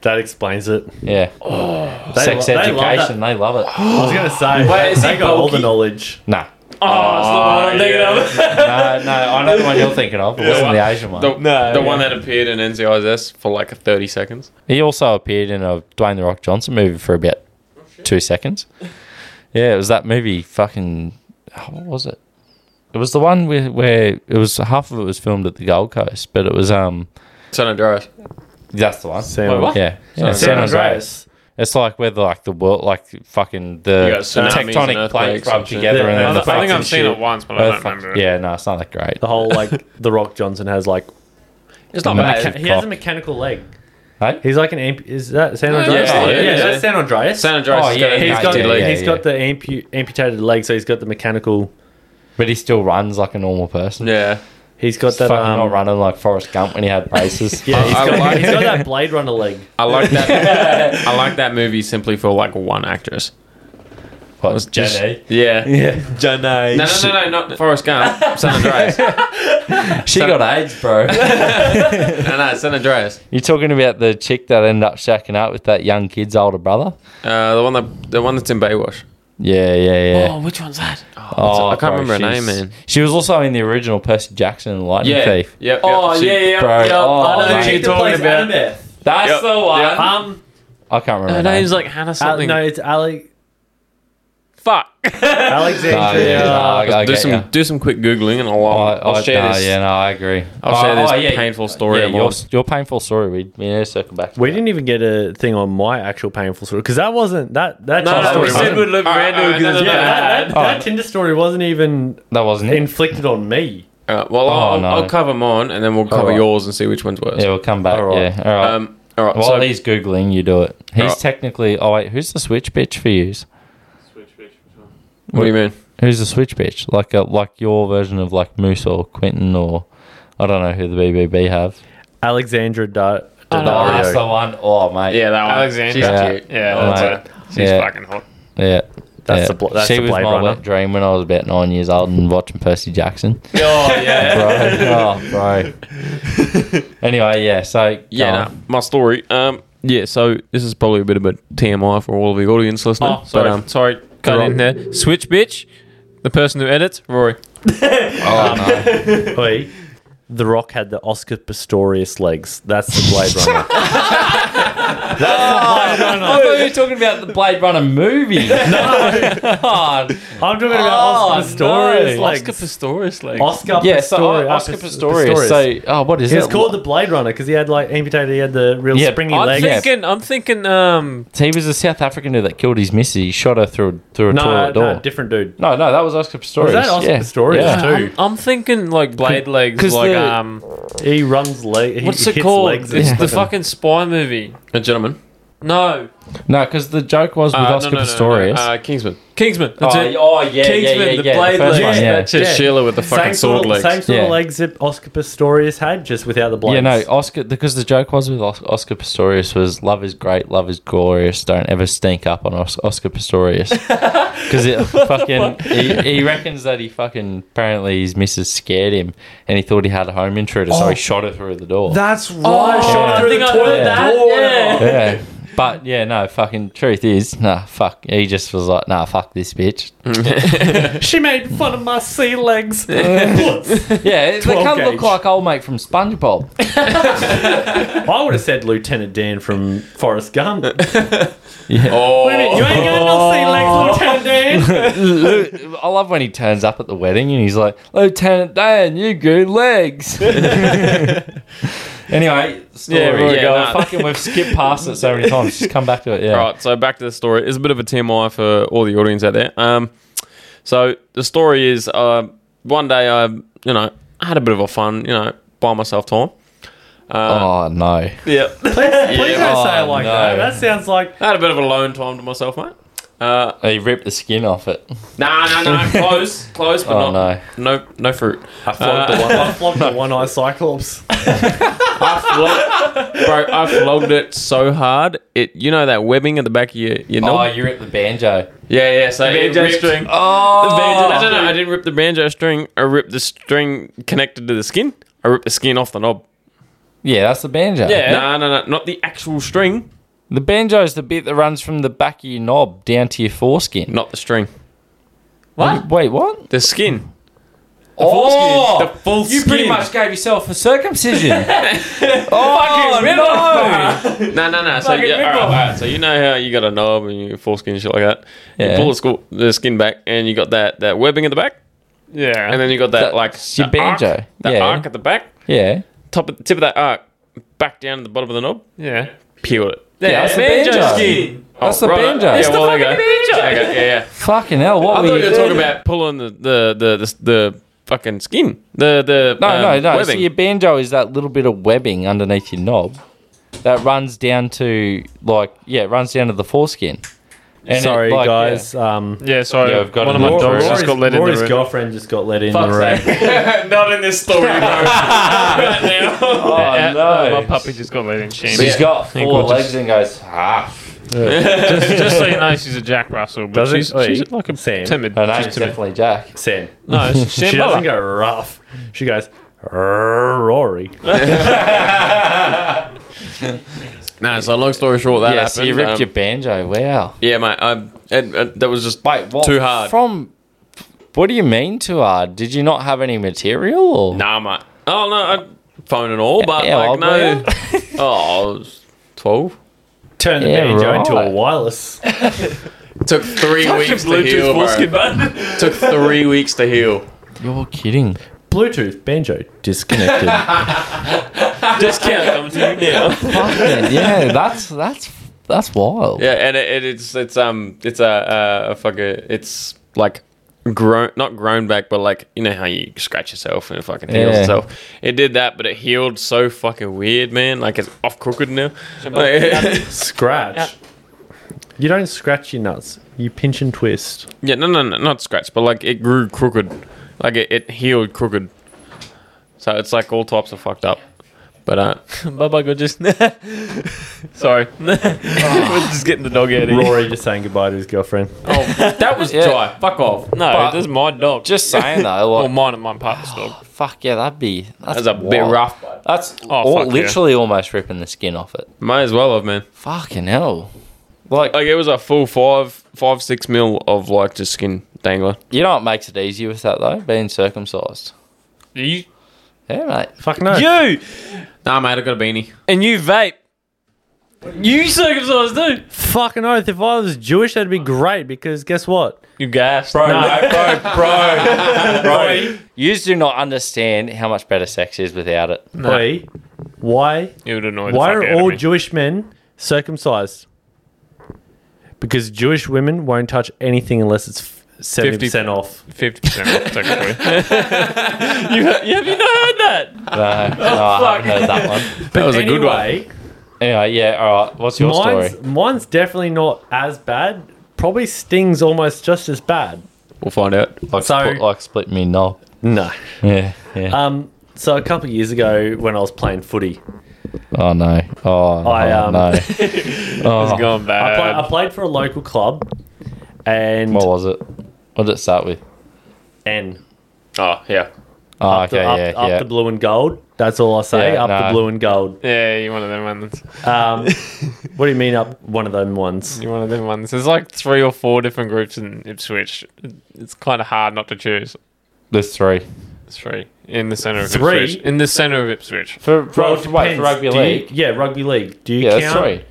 [SPEAKER 4] That explains it.
[SPEAKER 6] Yeah.
[SPEAKER 5] Oh.
[SPEAKER 4] They lo-
[SPEAKER 6] Sex
[SPEAKER 4] they love that.
[SPEAKER 6] education, they love it.
[SPEAKER 4] I was going to
[SPEAKER 3] Oh.
[SPEAKER 4] say,
[SPEAKER 5] Wait, is
[SPEAKER 4] they
[SPEAKER 5] he
[SPEAKER 4] got all the
[SPEAKER 5] bulky?
[SPEAKER 4] knowledge.
[SPEAKER 6] Nah.
[SPEAKER 5] oh, it's the one I'm thinking of.
[SPEAKER 6] No, no, I know the one you're thinking of. It wasn't the Asian one.
[SPEAKER 5] The,
[SPEAKER 3] No,
[SPEAKER 5] the
[SPEAKER 3] yeah.
[SPEAKER 5] one that appeared in NCIS for like 30 seconds.
[SPEAKER 6] He also appeared in a Dwayne the Rock Johnson movie for about two seconds. Yeah, it was that movie. Fucking oh, what was it? It was the one where, where it was half of it was filmed at the Gold Coast, but it was um
[SPEAKER 5] San Andreas.
[SPEAKER 6] that's the one.
[SPEAKER 4] Sam,
[SPEAKER 5] Wait, what?
[SPEAKER 6] Yeah, yeah
[SPEAKER 5] Sorry.
[SPEAKER 6] San Andreas. It's like where the, like the world, like fucking
[SPEAKER 5] You
[SPEAKER 6] the
[SPEAKER 5] got tsunamis and
[SPEAKER 6] tectonic
[SPEAKER 5] earthquakes
[SPEAKER 6] plates rub
[SPEAKER 5] and shit.
[SPEAKER 6] together,
[SPEAKER 4] Yeah,
[SPEAKER 6] and then
[SPEAKER 4] I
[SPEAKER 6] the
[SPEAKER 4] think
[SPEAKER 6] fucking
[SPEAKER 3] I've seen
[SPEAKER 6] shit-
[SPEAKER 3] it once, but I don't
[SPEAKER 6] earthquake-
[SPEAKER 3] remember it.
[SPEAKER 6] Yeah, no, it's not that great.
[SPEAKER 4] The whole, like, The Rock Johnson has, like,
[SPEAKER 5] It's not
[SPEAKER 6] Mecha-
[SPEAKER 5] bad.
[SPEAKER 6] Cock.
[SPEAKER 4] he has a mechanical leg.
[SPEAKER 6] Hey?
[SPEAKER 4] He's like an amp. Is that San
[SPEAKER 5] Yeah,
[SPEAKER 4] Andreas?
[SPEAKER 5] yeah,
[SPEAKER 4] Yeah,
[SPEAKER 5] yeah, yeah.
[SPEAKER 4] that's San Andreas.
[SPEAKER 5] San Andreas
[SPEAKER 6] Oh,
[SPEAKER 5] has
[SPEAKER 6] yeah,
[SPEAKER 5] got an
[SPEAKER 4] he's
[SPEAKER 6] yeah,
[SPEAKER 4] got,
[SPEAKER 5] amputated
[SPEAKER 4] the,
[SPEAKER 5] leg.
[SPEAKER 6] yeah,
[SPEAKER 4] he's got the ampu- amputated leg, so he's got the mechanical.
[SPEAKER 6] But he still runs like a normal person.
[SPEAKER 5] Yeah.
[SPEAKER 4] He's got that.
[SPEAKER 6] fucking
[SPEAKER 4] Um,
[SPEAKER 6] not running like Forrest Gump when he had braces.
[SPEAKER 4] Yeah, he's
[SPEAKER 5] I
[SPEAKER 4] got,
[SPEAKER 5] like-
[SPEAKER 4] he's got that Blade Runner leg.
[SPEAKER 5] I like that. I like that movie simply for like one actress.
[SPEAKER 6] What, Jen E?
[SPEAKER 5] Yeah.
[SPEAKER 4] Yeah,
[SPEAKER 5] No, no, no, no, not Forrest Gump. San Andreas. no,
[SPEAKER 6] She got AIDS, bro.
[SPEAKER 5] no, San Andreas.
[SPEAKER 6] you talking about the chick that ended up shacking up with that young kid's older brother?
[SPEAKER 5] Uh, the one that the one that's in Baywatch.
[SPEAKER 6] Yeah, yeah, yeah.
[SPEAKER 5] which one's that? Oh,
[SPEAKER 6] Oh,
[SPEAKER 5] I can't
[SPEAKER 6] bro,
[SPEAKER 5] remember her name,
[SPEAKER 6] she's-
[SPEAKER 5] man.
[SPEAKER 6] She was also in the original Percy Jackson and the Lightning
[SPEAKER 5] Yeah.
[SPEAKER 6] Thief.
[SPEAKER 5] Yep,
[SPEAKER 3] Oh,
[SPEAKER 5] yep, she-
[SPEAKER 3] yeah, yeah.
[SPEAKER 6] Bro,
[SPEAKER 3] yeah.
[SPEAKER 6] oh,
[SPEAKER 3] I know
[SPEAKER 6] mate.
[SPEAKER 3] what you're talking about.
[SPEAKER 6] That's
[SPEAKER 5] Yep.
[SPEAKER 6] the one.
[SPEAKER 5] Yep.
[SPEAKER 4] Um,
[SPEAKER 6] I can't remember.
[SPEAKER 5] Her
[SPEAKER 6] Her name.
[SPEAKER 5] name's like Hannah
[SPEAKER 4] Al-
[SPEAKER 5] something.
[SPEAKER 4] Uh, no, it's Ale-
[SPEAKER 5] Fuck.
[SPEAKER 6] Oh,
[SPEAKER 4] Alexandria.
[SPEAKER 6] yeah, no, I, I
[SPEAKER 5] do
[SPEAKER 6] get
[SPEAKER 5] some
[SPEAKER 6] ya.
[SPEAKER 5] do some quick googling and I'll
[SPEAKER 6] I-
[SPEAKER 5] I'll,
[SPEAKER 6] I-
[SPEAKER 5] share
[SPEAKER 6] no,
[SPEAKER 5] this.
[SPEAKER 6] Yeah, no, I agree.
[SPEAKER 5] I'll share
[SPEAKER 6] Oh,
[SPEAKER 5] this
[SPEAKER 6] oh, yeah,
[SPEAKER 5] painful story.
[SPEAKER 6] Yeah,
[SPEAKER 5] of
[SPEAKER 6] your,
[SPEAKER 5] yours.
[SPEAKER 6] your painful story. We we need to circle back. to
[SPEAKER 4] We
[SPEAKER 6] that.
[SPEAKER 4] didn't even get a thing on my actual painful story because that wasn't that that
[SPEAKER 5] No, no,
[SPEAKER 4] Tinder
[SPEAKER 6] Oh,
[SPEAKER 5] we
[SPEAKER 4] story.
[SPEAKER 5] said
[SPEAKER 4] wasn't-
[SPEAKER 5] we'd live
[SPEAKER 3] Alright,
[SPEAKER 5] random
[SPEAKER 3] alright,
[SPEAKER 5] because
[SPEAKER 3] no,
[SPEAKER 5] it's
[SPEAKER 3] no,
[SPEAKER 4] yeah, Oh.
[SPEAKER 3] no,
[SPEAKER 5] bad.
[SPEAKER 4] that, that, that Tinder story wasn't even
[SPEAKER 6] That wasn't it.
[SPEAKER 4] inflicted on me.
[SPEAKER 5] Alright, well, I'll,
[SPEAKER 6] no.
[SPEAKER 5] I'll cover mine and then we'll cover
[SPEAKER 6] Alright.
[SPEAKER 5] yours and see which one's worse.
[SPEAKER 6] Yeah, we'll come back.
[SPEAKER 4] All right.
[SPEAKER 6] Yeah, all right.
[SPEAKER 5] Um, all right.
[SPEAKER 6] While
[SPEAKER 5] so,
[SPEAKER 6] he's googling, you do it. He's
[SPEAKER 5] Alright.
[SPEAKER 6] technically. Oh wait, who's the switch bitch for you?
[SPEAKER 5] what do you mean?
[SPEAKER 6] Who's the switch bitch? Like a, like your version of like Moose or Quentin or I don't know who the BBB have.
[SPEAKER 4] Alexandra Di-
[SPEAKER 3] I know.
[SPEAKER 6] Oh, that's the
[SPEAKER 4] Daddario.
[SPEAKER 6] one. Oh mate.
[SPEAKER 5] Yeah, that one.
[SPEAKER 3] Alexandra.
[SPEAKER 5] She's
[SPEAKER 6] Yeah.
[SPEAKER 5] cute.
[SPEAKER 3] Yeah,
[SPEAKER 6] Oh,
[SPEAKER 3] that's
[SPEAKER 6] mate.
[SPEAKER 3] it. She's
[SPEAKER 6] Yeah.
[SPEAKER 3] fucking hot.
[SPEAKER 6] yeah.
[SPEAKER 4] That's
[SPEAKER 6] yeah.
[SPEAKER 4] the bl- that's
[SPEAKER 6] she
[SPEAKER 4] the
[SPEAKER 6] was
[SPEAKER 4] Blade
[SPEAKER 6] my
[SPEAKER 4] Runner.
[SPEAKER 6] wet dream when I was about nine years old and watching Percy Jackson.
[SPEAKER 5] Oh yeah.
[SPEAKER 6] Bro, oh, bro. Anyway, yeah. So go
[SPEAKER 5] Yeah,
[SPEAKER 6] on.
[SPEAKER 5] no, my story. Um, yeah, so this is probably a bit of a TMI for all of the audience listening.
[SPEAKER 3] Oh, sorry.
[SPEAKER 5] But, um, sorry, cut in there. Switch bitch, the person who edits, Rory.
[SPEAKER 6] Oh, no.
[SPEAKER 4] Oi. The Rock had the Oscar Pistorius legs. That's the Blade Runner.
[SPEAKER 6] Oh. I thought you were talking about the Blade Runner movie. No.
[SPEAKER 4] I'm talking about
[SPEAKER 6] Oh,
[SPEAKER 4] Oscar Pistorius
[SPEAKER 6] no.
[SPEAKER 4] legs.
[SPEAKER 5] Oscar Pistorius, like.
[SPEAKER 4] Oscar
[SPEAKER 6] Yeah,
[SPEAKER 4] Pistorius.
[SPEAKER 6] so uh, Oscar
[SPEAKER 4] Pis-
[SPEAKER 6] Pistorius. So, oh, what is
[SPEAKER 4] He
[SPEAKER 6] it?
[SPEAKER 4] was called the Blade Runner because he had like amputated. He had the real
[SPEAKER 6] Yeah,
[SPEAKER 4] springy
[SPEAKER 5] I'm
[SPEAKER 4] legs.
[SPEAKER 6] yeah.
[SPEAKER 5] thinking. I'm thinking. Um,
[SPEAKER 6] He was a South African dude that killed his missus. He shot her through a, through a
[SPEAKER 4] No,
[SPEAKER 6] toilet door.
[SPEAKER 4] no, different dude.
[SPEAKER 6] no, no, that was Oscar Pistorius.
[SPEAKER 4] Was that Oscar
[SPEAKER 6] yeah.
[SPEAKER 4] Pistorius
[SPEAKER 6] Yeah.
[SPEAKER 4] too?
[SPEAKER 5] I'm thinking like blade legs,
[SPEAKER 6] 'cause
[SPEAKER 5] like
[SPEAKER 6] the-
[SPEAKER 5] um,
[SPEAKER 4] He runs leg. He
[SPEAKER 5] what's it
[SPEAKER 4] hits
[SPEAKER 5] called?
[SPEAKER 4] Legs
[SPEAKER 5] It's
[SPEAKER 4] and
[SPEAKER 5] the
[SPEAKER 4] fucking-
[SPEAKER 5] fucking spy movie. A gentleman. No.
[SPEAKER 6] No, because the joke was with
[SPEAKER 5] Uh, no,
[SPEAKER 6] Oscar
[SPEAKER 5] no, no, no,
[SPEAKER 6] Pistorius.
[SPEAKER 5] Uh, Kingsman. Kingsman. That's
[SPEAKER 6] oh,
[SPEAKER 5] it.
[SPEAKER 6] oh, yeah, yeah,
[SPEAKER 5] Kingsman,
[SPEAKER 6] yeah, yeah.
[SPEAKER 5] the blade
[SPEAKER 6] first
[SPEAKER 5] legs.
[SPEAKER 6] one, yeah.
[SPEAKER 5] That's it.
[SPEAKER 4] Yeah.
[SPEAKER 5] Sheila with the fucking
[SPEAKER 4] Same
[SPEAKER 5] sword
[SPEAKER 4] sort, of,
[SPEAKER 5] legs.
[SPEAKER 4] same sort
[SPEAKER 6] Yeah.
[SPEAKER 4] of legs that Oscar Pistorius had, just without the blades.
[SPEAKER 6] Yeah, no, Oscar, because the joke was with Os- Oscar Pistorius was love is great, love is glorious, don't ever stink up on Os- Oscar Pistorius. Because it fucking, he, he reckons that he fucking, apparently his missus scared him and he thought he had a home intruder,
[SPEAKER 5] Oh.
[SPEAKER 6] so he shot her through the door.
[SPEAKER 4] That's right. Oh, shot
[SPEAKER 5] I
[SPEAKER 4] through the
[SPEAKER 5] think I
[SPEAKER 4] toilet
[SPEAKER 5] heard that,
[SPEAKER 4] door.
[SPEAKER 5] yeah.
[SPEAKER 6] yeah. But yeah, no, fucking truth is, nah, fuck. He just was like, nah, fuck this bitch.
[SPEAKER 4] She made fun of my sea legs.
[SPEAKER 6] Yeah, they can't look
[SPEAKER 4] gauge.
[SPEAKER 6] like old mate from SpongeBob.
[SPEAKER 4] I would have said Lieutenant Dan from Forrest Gump. you ain't
[SPEAKER 5] Oh.
[SPEAKER 4] got no sea legs, Lieutenant Dan.
[SPEAKER 6] Lu- I love when he turns up at the wedding and he's like, Lieutenant Dan, you grew legs. anyway, story.
[SPEAKER 5] Yeah,
[SPEAKER 6] Yeah,
[SPEAKER 5] yeah, nah.
[SPEAKER 6] Fucking, we've skipped past it so many times. Just come back to it. Yeah.
[SPEAKER 5] All right, so back to the story. It's a bit of a TMI for all the audience out there. Um, so the story is, uh, one day I, you know, I had a bit of a fun, you know, by myself time. Uh,
[SPEAKER 6] Oh no!
[SPEAKER 5] Yeah,
[SPEAKER 4] Please don't say it like
[SPEAKER 6] Oh,
[SPEAKER 4] that.
[SPEAKER 6] no.
[SPEAKER 4] That sounds like
[SPEAKER 5] I had a bit of a lone time to myself, mate. Uh,
[SPEAKER 6] He ripped the skin off it.
[SPEAKER 5] nah, nah, nah, close, close, but
[SPEAKER 6] Oh,
[SPEAKER 5] not no. no, fruit.
[SPEAKER 4] I flogged the one. I flogged the one eye Cyclops.
[SPEAKER 5] I flogged, bro, I flogged it so hard. It, you know, that webbing at the back of your, your knob.
[SPEAKER 6] Oh, you ripped the banjo.
[SPEAKER 5] yeah, yeah. So it
[SPEAKER 4] banjo
[SPEAKER 5] ripped-
[SPEAKER 4] string.
[SPEAKER 6] Oh,
[SPEAKER 5] The banjo- I don't know. I didn't rip the banjo string. I ripped the string connected to the skin. I ripped the skin off the knob.
[SPEAKER 6] Yeah, that's the banjo.
[SPEAKER 5] No, no, no. Not the actual string.
[SPEAKER 6] The banjo's the bit that runs from the back of your knob down to your foreskin.
[SPEAKER 5] Not the string.
[SPEAKER 6] What? Wait, what?
[SPEAKER 5] The skin.
[SPEAKER 6] oh,
[SPEAKER 5] The full
[SPEAKER 6] you
[SPEAKER 5] skin.
[SPEAKER 6] pretty much gave yourself a circumcision. oh no!
[SPEAKER 5] No, no, no. So,
[SPEAKER 6] Fucking
[SPEAKER 5] yeah, all right,
[SPEAKER 6] rip-off.
[SPEAKER 5] all right. so you know how you got a knob and your foreskin and shit like that. You
[SPEAKER 6] Yeah.
[SPEAKER 5] pull the, sco- the skin back and you got that, that webbing at the back.
[SPEAKER 3] Yeah.
[SPEAKER 5] And then you got that,
[SPEAKER 6] That's
[SPEAKER 5] like,
[SPEAKER 6] your
[SPEAKER 5] the arc-
[SPEAKER 6] banjo.
[SPEAKER 5] that
[SPEAKER 6] Yeah.
[SPEAKER 5] arc at the back.
[SPEAKER 6] Yeah.
[SPEAKER 5] Top of, tip of that arc. Back down to the bottom of the knob.
[SPEAKER 3] yeah.
[SPEAKER 5] Peel it.
[SPEAKER 6] Yeah, that's the banjo. That's the banjo.
[SPEAKER 5] Oh, Yeah,
[SPEAKER 6] It's
[SPEAKER 5] well, there you go. Okay, yeah, yeah.
[SPEAKER 6] Fucking hell! What
[SPEAKER 5] I
[SPEAKER 6] were
[SPEAKER 5] thought
[SPEAKER 6] you
[SPEAKER 5] you were talking about pulling the, the, the, the, the fucking skin. The, the
[SPEAKER 6] No,
[SPEAKER 5] um,
[SPEAKER 6] no, no.
[SPEAKER 5] Webbing.
[SPEAKER 6] So your banjo is that little bit of webbing underneath your knob that runs down to like yeah, it runs down to the foreskin. And it,
[SPEAKER 4] Sorry,
[SPEAKER 6] like,
[SPEAKER 4] guys. Um,
[SPEAKER 3] Yeah, sorry.
[SPEAKER 6] Yeah, I've got
[SPEAKER 3] one
[SPEAKER 6] it
[SPEAKER 3] of my
[SPEAKER 6] in the
[SPEAKER 3] dogs
[SPEAKER 6] drawer.
[SPEAKER 3] just got let in
[SPEAKER 4] Rory's
[SPEAKER 3] the room.
[SPEAKER 4] girlfriend just got let in the
[SPEAKER 5] Fuck's
[SPEAKER 4] room.
[SPEAKER 5] sake. Not in this story, bro. right now.
[SPEAKER 6] Yeah.
[SPEAKER 3] Yeah,
[SPEAKER 6] Oh no!
[SPEAKER 3] My puppy just got let in. Shane.
[SPEAKER 6] She's
[SPEAKER 5] Yeah.
[SPEAKER 6] got four
[SPEAKER 3] gorgeous.
[SPEAKER 6] legs and goes ah.
[SPEAKER 3] just, just so you know, she's a Jack Russell, but
[SPEAKER 4] Doesn't-
[SPEAKER 3] she's,
[SPEAKER 4] oh,
[SPEAKER 3] she's
[SPEAKER 4] you-
[SPEAKER 3] like a
[SPEAKER 4] Sam.
[SPEAKER 3] timid.
[SPEAKER 6] Her
[SPEAKER 3] she's
[SPEAKER 6] name's
[SPEAKER 3] timid.
[SPEAKER 6] definitely Jack.
[SPEAKER 4] Sam.
[SPEAKER 3] No, it's
[SPEAKER 4] She doesn't
[SPEAKER 3] Shambhala.
[SPEAKER 4] go rough. She goes Rory.
[SPEAKER 5] No, so long story short, that
[SPEAKER 6] yeah,
[SPEAKER 5] happened.
[SPEAKER 6] so you ripped
[SPEAKER 5] um,
[SPEAKER 6] your banjo. Wow.
[SPEAKER 5] Yeah, mate. I, and, and that was just
[SPEAKER 6] Wait, what?
[SPEAKER 5] too hard.
[SPEAKER 6] From what do you mean too hard? Did you not have any material? Or?
[SPEAKER 5] nah, mate. Oh no, I, phone and all, but
[SPEAKER 6] how
[SPEAKER 5] like
[SPEAKER 6] old were
[SPEAKER 5] no.
[SPEAKER 6] you?
[SPEAKER 5] oh, I was twelve.
[SPEAKER 4] Turn the
[SPEAKER 6] Yeah,
[SPEAKER 4] banjo into a
[SPEAKER 6] right.
[SPEAKER 4] wireless.
[SPEAKER 5] Took three weeks to heal, bro. Took three weeks to heal.
[SPEAKER 6] You're kidding.
[SPEAKER 4] Bluetooth banjo disconnected.
[SPEAKER 5] Discount coming to you now.
[SPEAKER 6] Fucking yeah, that's that's that's wild.
[SPEAKER 5] Yeah, and it, it, it's it's um it's a a, a fucking it's like grown not grown back, but like you know how you scratch yourself and it fucking heals
[SPEAKER 6] Yeah.
[SPEAKER 5] itself. It did that, but it healed so fucking weird, man. Like it's off crooked now. Like-
[SPEAKER 4] scratch. You don't scratch your nuts. You pinch and twist.
[SPEAKER 5] yeah, no, no, no, not scratch, but like it grew crooked, like it, it healed crooked. So it's like all types of fucked up. But uh, Bubba got just sorry, we're just getting the dog out of here.
[SPEAKER 4] Rory just saying goodbye to his girlfriend.
[SPEAKER 5] That was
[SPEAKER 6] Yeah.
[SPEAKER 5] dry. Fuck off. No,
[SPEAKER 6] But-
[SPEAKER 5] this is my dog.
[SPEAKER 6] Just saying though,
[SPEAKER 3] Well,
[SPEAKER 6] like
[SPEAKER 3] mine and my partner's dog.
[SPEAKER 6] fuck yeah, that'd be that's,
[SPEAKER 5] That's a bit
[SPEAKER 6] wild.
[SPEAKER 5] rough. Oh,
[SPEAKER 6] That's
[SPEAKER 3] fuck
[SPEAKER 6] all,
[SPEAKER 3] yeah.
[SPEAKER 6] literally almost ripping the skin off it.
[SPEAKER 5] May as well have, man.
[SPEAKER 6] Fucking hell. Like
[SPEAKER 5] Like it was a full five, five, six mil of like just skin dangler.
[SPEAKER 6] you know what makes it easier with that though? Being circumcised.
[SPEAKER 3] You,
[SPEAKER 6] Yeah, mate.
[SPEAKER 4] Fuck no.
[SPEAKER 5] You, nah, mate, I got a beanie. And you vape. You circumcised too.
[SPEAKER 4] Fucking oath. If I was Jewish, that'd be great because guess what?
[SPEAKER 5] You gas, bro.
[SPEAKER 6] bro, bro, bro. You do not understand how much better sex is without it.
[SPEAKER 4] Oi, why?
[SPEAKER 3] you would annoy the
[SPEAKER 4] Why
[SPEAKER 3] fuck out
[SPEAKER 4] are
[SPEAKER 3] of
[SPEAKER 4] all
[SPEAKER 3] me.
[SPEAKER 4] Jewish men circumcised? Because Jewish women won't touch anything unless it's seventy percent off.
[SPEAKER 3] 50% off, technically.
[SPEAKER 5] you, have you not heard that?
[SPEAKER 6] No, no, I haven't heard that one.
[SPEAKER 4] But
[SPEAKER 5] was a good
[SPEAKER 4] anyway,
[SPEAKER 6] Anyway, yeah, all right. What's your
[SPEAKER 4] mine's,
[SPEAKER 6] story?
[SPEAKER 4] mine's definitely not as bad. Probably stings almost just as bad.
[SPEAKER 5] We'll find out.
[SPEAKER 6] Like,
[SPEAKER 4] so-
[SPEAKER 6] split, like split me knob.
[SPEAKER 4] No.
[SPEAKER 6] Yeah, yeah.
[SPEAKER 4] Um, so a couple of years ago, when I was playing footy,
[SPEAKER 6] oh no. Oh,
[SPEAKER 4] I,
[SPEAKER 6] oh,
[SPEAKER 4] um,
[SPEAKER 6] no.
[SPEAKER 5] It's going
[SPEAKER 4] I,
[SPEAKER 5] bad.
[SPEAKER 4] play, I played for a local club, and
[SPEAKER 6] What was it? What did it start with?
[SPEAKER 4] N
[SPEAKER 5] oh yeah,
[SPEAKER 6] Oh,
[SPEAKER 4] up,
[SPEAKER 6] okay,
[SPEAKER 4] the, up,
[SPEAKER 6] yeah,
[SPEAKER 4] up
[SPEAKER 6] yeah.
[SPEAKER 4] the blue and gold. That's all I say.
[SPEAKER 6] Yeah,
[SPEAKER 4] up the
[SPEAKER 6] no.
[SPEAKER 4] blue and gold.
[SPEAKER 5] yeah. You one of them ones.
[SPEAKER 4] Um, what do you mean up one of them ones?
[SPEAKER 5] You one of them ones. There's like three or four different groups in Ipswich. It's kind of hard not to choose.
[SPEAKER 6] There's three.
[SPEAKER 5] Three in the center of
[SPEAKER 4] Three?
[SPEAKER 5] Ipswich. In the center of Ipswich.
[SPEAKER 6] For,
[SPEAKER 4] Well,
[SPEAKER 6] for,
[SPEAKER 4] it
[SPEAKER 6] wait,
[SPEAKER 4] depends.
[SPEAKER 6] for rugby
[SPEAKER 4] Do you-
[SPEAKER 6] league.
[SPEAKER 4] yeah, rugby league. Do you
[SPEAKER 6] yeah, there's
[SPEAKER 4] count?
[SPEAKER 6] three.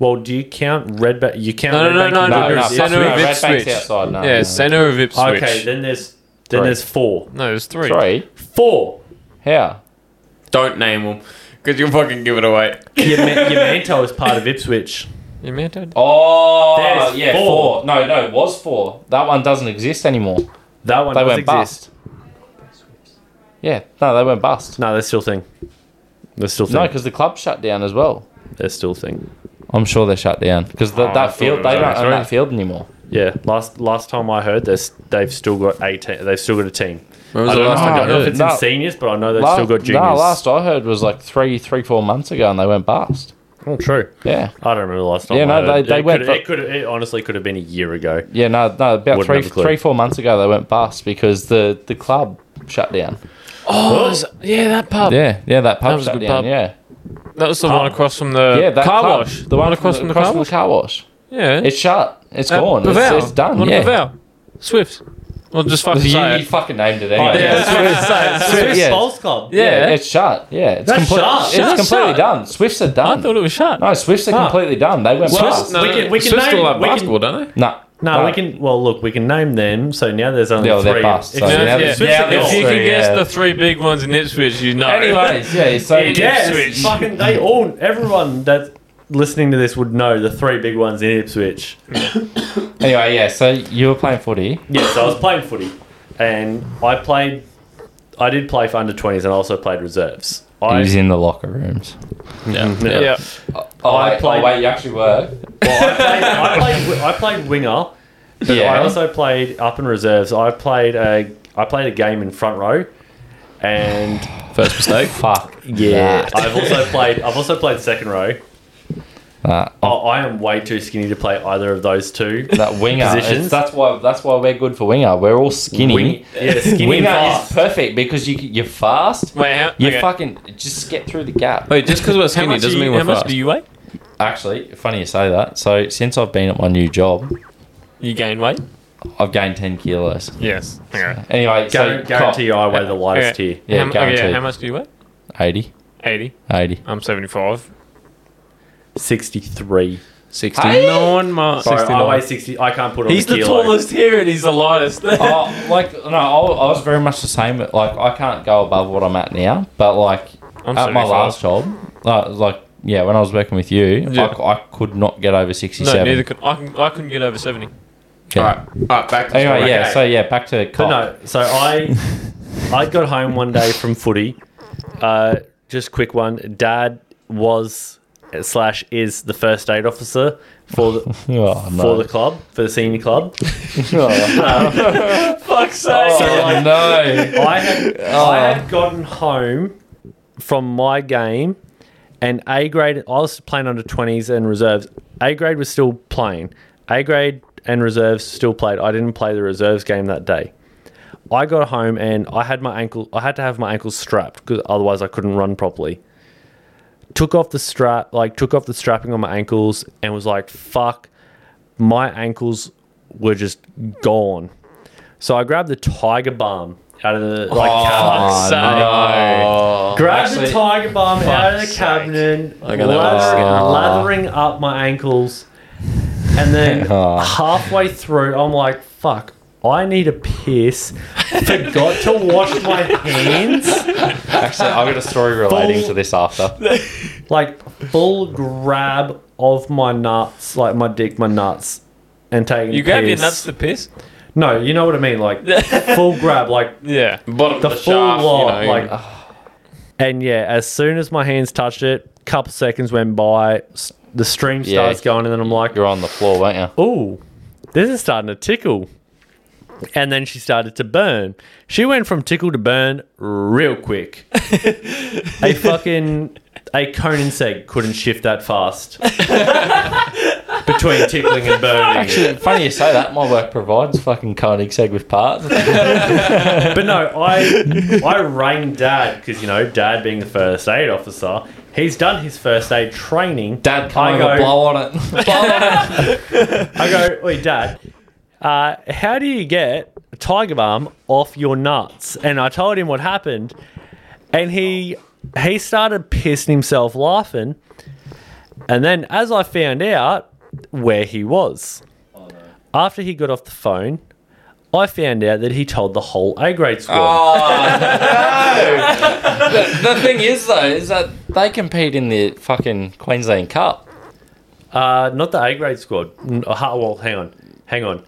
[SPEAKER 4] Well, do you count Redback? You count
[SPEAKER 5] No, no, no, no,
[SPEAKER 4] Redback and
[SPEAKER 5] no, no,
[SPEAKER 4] Blue and
[SPEAKER 6] fuck
[SPEAKER 4] Gold?
[SPEAKER 5] Center
[SPEAKER 6] no,
[SPEAKER 5] of
[SPEAKER 6] Red Bank's
[SPEAKER 5] Ipswich.
[SPEAKER 6] outside, no,
[SPEAKER 5] yeah,
[SPEAKER 6] Oh, no.
[SPEAKER 5] center of Ipswich.
[SPEAKER 4] Okay, then there's then
[SPEAKER 6] Three.
[SPEAKER 4] there's four.
[SPEAKER 5] no, there's three.
[SPEAKER 6] Three?
[SPEAKER 4] Four.
[SPEAKER 6] How?
[SPEAKER 5] Don't name them because you'll fucking give it away.
[SPEAKER 4] Your, ma- your Manto is part of Ipswich.
[SPEAKER 5] You mounted?
[SPEAKER 6] Oh,
[SPEAKER 4] There's
[SPEAKER 6] yeah,
[SPEAKER 4] four.
[SPEAKER 6] four. No, no, it was four. That one doesn't exist anymore.
[SPEAKER 4] That one
[SPEAKER 6] They
[SPEAKER 4] does
[SPEAKER 6] went
[SPEAKER 4] exist.
[SPEAKER 6] bust. Yeah, no, they went bust.
[SPEAKER 4] No, that's still a thing. That's still a thing.
[SPEAKER 6] No, because the club shut down as well.
[SPEAKER 4] that's still a thing.
[SPEAKER 6] I'm sure they're shut down because
[SPEAKER 5] I
[SPEAKER 6] that
[SPEAKER 5] thought
[SPEAKER 6] field
[SPEAKER 5] it
[SPEAKER 6] they
[SPEAKER 5] was
[SPEAKER 6] don't
[SPEAKER 5] only
[SPEAKER 6] own that
[SPEAKER 5] three.
[SPEAKER 6] field anymore.
[SPEAKER 5] Oh,
[SPEAKER 4] Yeah. Last last time I heard, this, they've still got eighteen. They've still got a team.
[SPEAKER 5] When was
[SPEAKER 4] I
[SPEAKER 5] the
[SPEAKER 4] don't, know,
[SPEAKER 5] last
[SPEAKER 4] I
[SPEAKER 5] time
[SPEAKER 4] don't
[SPEAKER 5] you
[SPEAKER 4] know
[SPEAKER 5] heard?
[SPEAKER 4] if it's in
[SPEAKER 6] Oh, No.
[SPEAKER 4] seniors, but I know they've
[SPEAKER 6] La-
[SPEAKER 4] still got juniors.
[SPEAKER 6] No, last I heard was like three, three, four months ago, and they went bust.
[SPEAKER 4] oh, true.
[SPEAKER 6] Yeah,
[SPEAKER 4] I don't remember the last time.
[SPEAKER 6] Yeah,
[SPEAKER 4] I
[SPEAKER 6] no,
[SPEAKER 4] heard.
[SPEAKER 6] they-
[SPEAKER 4] It
[SPEAKER 6] they
[SPEAKER 4] could-
[SPEAKER 6] went for-
[SPEAKER 4] It could. It honestly could have been a year ago.
[SPEAKER 6] yeah, no, no, about
[SPEAKER 4] Wouldn't
[SPEAKER 6] three,
[SPEAKER 4] have a clue.
[SPEAKER 6] three, four months ago, they went bust because the the club shut down.
[SPEAKER 5] Oh, yeah, that pub.
[SPEAKER 6] Yeah, yeah, that pub
[SPEAKER 5] was a
[SPEAKER 6] shut
[SPEAKER 5] good
[SPEAKER 6] down.
[SPEAKER 5] pub.
[SPEAKER 6] Yeah,
[SPEAKER 5] That was the one across from the
[SPEAKER 6] yeah, that
[SPEAKER 5] car
[SPEAKER 6] club,
[SPEAKER 5] wash. The one across from the car
[SPEAKER 6] across
[SPEAKER 5] wash.
[SPEAKER 6] car wash.
[SPEAKER 5] Yeah.
[SPEAKER 6] It's shut. It's
[SPEAKER 5] Uh,
[SPEAKER 6] gone.
[SPEAKER 5] Pavel.
[SPEAKER 6] It's, it's done.
[SPEAKER 5] One of
[SPEAKER 6] yeah,
[SPEAKER 5] Pavel. Swift. Well, just fucking
[SPEAKER 6] you,
[SPEAKER 5] say
[SPEAKER 6] you
[SPEAKER 5] it. Oh,
[SPEAKER 6] fucking named it anyway.
[SPEAKER 4] Yeah, that's what I'm saying.
[SPEAKER 6] Yeah.
[SPEAKER 4] Bowls Club.
[SPEAKER 5] Yeah.
[SPEAKER 6] Yeah, it's shut. Yeah, it's,
[SPEAKER 4] That's
[SPEAKER 6] complete-
[SPEAKER 4] shut.
[SPEAKER 6] it's
[SPEAKER 5] Shut,
[SPEAKER 6] completely
[SPEAKER 5] shut.
[SPEAKER 6] done. Swifts are
[SPEAKER 5] I
[SPEAKER 6] done.
[SPEAKER 5] thought it was shut.
[SPEAKER 6] no, Swifts are completely done. They went
[SPEAKER 4] Swifts-
[SPEAKER 6] bust.
[SPEAKER 4] Ah. no, we can- we can
[SPEAKER 5] Swifts still
[SPEAKER 4] name-
[SPEAKER 5] have
[SPEAKER 4] we can-
[SPEAKER 5] basketball, don't they?
[SPEAKER 6] No,
[SPEAKER 4] No, we can. Well, look, we can name them. So now there's only
[SPEAKER 6] Yeah, well, they're
[SPEAKER 4] three.
[SPEAKER 6] bust,
[SPEAKER 4] If
[SPEAKER 6] so
[SPEAKER 4] you-
[SPEAKER 6] now
[SPEAKER 5] Yeah, yeah.
[SPEAKER 4] if
[SPEAKER 6] there's-
[SPEAKER 4] you
[SPEAKER 6] Yeah,
[SPEAKER 5] If
[SPEAKER 4] could guess-
[SPEAKER 5] you
[SPEAKER 6] three,
[SPEAKER 5] can guess
[SPEAKER 6] yeah.
[SPEAKER 5] the three big ones in Ipswich, you know.
[SPEAKER 6] Anyways, yeah, so
[SPEAKER 4] Yes,
[SPEAKER 5] Ipswich.
[SPEAKER 4] fucking they all. Everyone that's listening to this would know the three big ones in Ipswich.
[SPEAKER 6] Anyway, yeah, so you were playing footy.
[SPEAKER 4] Yeah, so I was playing footy, and I played. I did play for under twenties, and I also played reserves.
[SPEAKER 6] He was
[SPEAKER 4] I
[SPEAKER 6] in the locker rooms.
[SPEAKER 5] Yeah.
[SPEAKER 4] Yeah.
[SPEAKER 5] yeah.
[SPEAKER 6] Oh,
[SPEAKER 4] I
[SPEAKER 6] wait, oh,
[SPEAKER 4] played-
[SPEAKER 6] wait, you actually were.
[SPEAKER 4] I played, I played, I played winger. But
[SPEAKER 6] Yeah.
[SPEAKER 4] I also played up in reserves. I played a I played a game in front row, and
[SPEAKER 5] First mistake.
[SPEAKER 6] Fuck.
[SPEAKER 4] yeah,
[SPEAKER 6] that.
[SPEAKER 4] I've also played I've also played second row.
[SPEAKER 6] That,
[SPEAKER 4] I, I am way too skinny to play either of those two.
[SPEAKER 6] that winger. it's-
[SPEAKER 4] Positions?
[SPEAKER 6] That's why. That's why we're good for winger. We're all skinny.
[SPEAKER 4] Wing, yeah, skinny and
[SPEAKER 6] winger
[SPEAKER 4] fast.
[SPEAKER 6] is perfect because you you're fast.
[SPEAKER 5] Wait, how,
[SPEAKER 6] You
[SPEAKER 5] okay.
[SPEAKER 6] fucking just get through the gap.
[SPEAKER 5] Wait, just because we're
[SPEAKER 3] How
[SPEAKER 5] skinny
[SPEAKER 3] much,
[SPEAKER 5] doesn't
[SPEAKER 3] do you,
[SPEAKER 5] mean
[SPEAKER 3] how
[SPEAKER 5] we're
[SPEAKER 3] much
[SPEAKER 5] fast.
[SPEAKER 3] do you weigh?
[SPEAKER 6] Actually, funny you say that. So since I've been at my new job,
[SPEAKER 5] You gain weight?
[SPEAKER 6] I've gained ten kilos.
[SPEAKER 5] Yes. Okay.
[SPEAKER 6] Anyway,
[SPEAKER 4] Guar-
[SPEAKER 6] so
[SPEAKER 4] guarantee I weigh the lightest here.
[SPEAKER 6] Yeah,
[SPEAKER 5] how, mu- okay,
[SPEAKER 6] guaranteed.
[SPEAKER 5] how much do you weigh?
[SPEAKER 6] 80,
[SPEAKER 5] 80.
[SPEAKER 6] 80.
[SPEAKER 5] I'm 75.
[SPEAKER 4] Sixty three.
[SPEAKER 5] 69 mark.
[SPEAKER 4] Sorry, I weigh sixty. I can't put on
[SPEAKER 5] He's
[SPEAKER 4] a
[SPEAKER 5] the
[SPEAKER 4] kilo.
[SPEAKER 5] tallest here and he's the lightest.
[SPEAKER 6] oh, like no, I, I was very much the same. Like I can't go above what I'm at now, but like
[SPEAKER 5] I'm
[SPEAKER 6] at my
[SPEAKER 5] 75.
[SPEAKER 6] last job, uh, like yeah, when I was working with you, I
[SPEAKER 5] Yeah.
[SPEAKER 6] c- I, could not get over
[SPEAKER 5] no,
[SPEAKER 6] sixty-seven.
[SPEAKER 5] neither could I, can, I couldn't get over 70.
[SPEAKER 6] Yeah.
[SPEAKER 5] All right, back to
[SPEAKER 6] Anyway, yeah.
[SPEAKER 4] Okay.
[SPEAKER 6] So yeah, back to cock.
[SPEAKER 4] But no, so I I got home one day from footy. Uh, just quick one. Dad was slash is the first aid officer for the
[SPEAKER 6] Oh, no.
[SPEAKER 4] for the club for the senior club.
[SPEAKER 6] oh,
[SPEAKER 5] Fuck's sake.
[SPEAKER 6] no.
[SPEAKER 4] I had I had gotten home from my game, and A grade. I was playing under twenties and reserves. A grade was still playing. A grade and reserves still played. I didn't play the reserves game that day. I got home and I had my ankle. I had to have my ankles strapped because otherwise I couldn't run properly. Took off the strap, like took off the strapping on my ankles, and was like, "Fuck, my ankles were just gone." So I grabbed the tiger balm out of the like cabinet.
[SPEAKER 6] Oh,
[SPEAKER 5] Fuck's sake.
[SPEAKER 4] Grab the
[SPEAKER 6] Actually-
[SPEAKER 4] tiger bomb out of the
[SPEAKER 5] Fuck's
[SPEAKER 4] cabinet,
[SPEAKER 5] got that one
[SPEAKER 4] lather-
[SPEAKER 5] scared.
[SPEAKER 4] lathering up my ankles, and then
[SPEAKER 5] Oh.
[SPEAKER 6] Aw.
[SPEAKER 4] halfway through, I'm like, "Fuck, I need a piss." Forgot to wash my hands.
[SPEAKER 6] Actually, I've got a story relating to this after.
[SPEAKER 4] Like full grab of my nuts, like my dick, my nuts, and taking.
[SPEAKER 5] You
[SPEAKER 4] a
[SPEAKER 5] grab your
[SPEAKER 4] piss.
[SPEAKER 5] nuts to piss?
[SPEAKER 4] No, you know what I mean. Like full grab, like
[SPEAKER 5] Yeah. Bottom
[SPEAKER 4] the, full lot, like. And yeah, as soon as my hands touched it, couple seconds went by, s- the stream
[SPEAKER 6] Yeah.
[SPEAKER 4] starts going, and then I'm like,
[SPEAKER 6] You're on the floor, weren't you?
[SPEAKER 4] ooh, this is starting to tickle. And then she started to burn. She went from tickle to burn real quick. a fucking a cone insect couldn't shift that fast between tickling and burning.
[SPEAKER 6] Actually, funny you say that. My work provides fucking Koenigsegg with parts.
[SPEAKER 4] But no, I I rang dad because you know dad being the first aid officer, he's done his first aid training.
[SPEAKER 6] Dad,
[SPEAKER 4] I
[SPEAKER 6] come
[SPEAKER 4] go-
[SPEAKER 6] over, blow on it. blow on it.
[SPEAKER 4] I go, oi, Dad, uh, how do you get a tiger balm off your nuts? And I told him what happened, and he he started pissing himself laughing. And then, as I found out where he was, after he got off the phone, I found out that he told the whole A grade squad.
[SPEAKER 6] Oh, no. The, the thing is, though, is that they compete in the fucking Queensland Cup.
[SPEAKER 4] Uh, not the A grade squad. Mm, uh, ha- Well, hang on, hang on.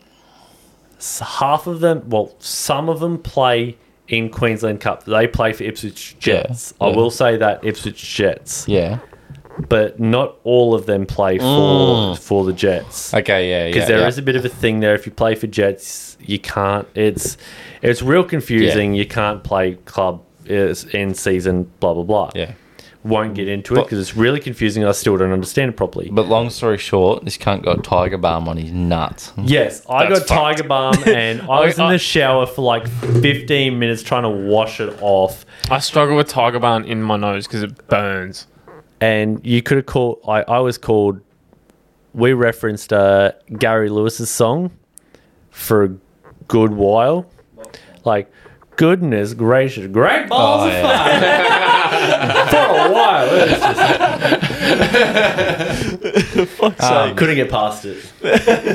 [SPEAKER 4] S- Half of them, well, some of them play in Queensland Cup. They play for Ipswich
[SPEAKER 6] Yeah,
[SPEAKER 4] Jets. I
[SPEAKER 6] yeah.
[SPEAKER 4] will say that Ipswich Jets,
[SPEAKER 6] Yeah.
[SPEAKER 4] but not all of them play for for the Jets
[SPEAKER 6] Mm. Okay, yeah, yeah.
[SPEAKER 4] because there is
[SPEAKER 6] yeah.
[SPEAKER 4] a bit of a thing there. If you play for Jets, you can't. It's it's real confusing. You can't play club is in season. Blah blah blah.
[SPEAKER 6] Yeah.
[SPEAKER 4] Won't get into it because it's really confusing. I still don't understand it properly.
[SPEAKER 6] But long story short, this cunt got tiger balm on his nuts.
[SPEAKER 4] Yes, I
[SPEAKER 5] That's
[SPEAKER 4] got Tiger Balm and I was in the shower for like 15 minutes trying to wash it off.
[SPEAKER 5] I struggle with tiger balm in my nose because it burns.
[SPEAKER 4] And you could have called, I, I was called, we referenced uh, Gary Lewis's song for a good while. Like, goodness gracious, great balls
[SPEAKER 6] Oh,
[SPEAKER 4] of
[SPEAKER 6] yeah.
[SPEAKER 4] fire for a while. It was just- Um, couldn't get past it.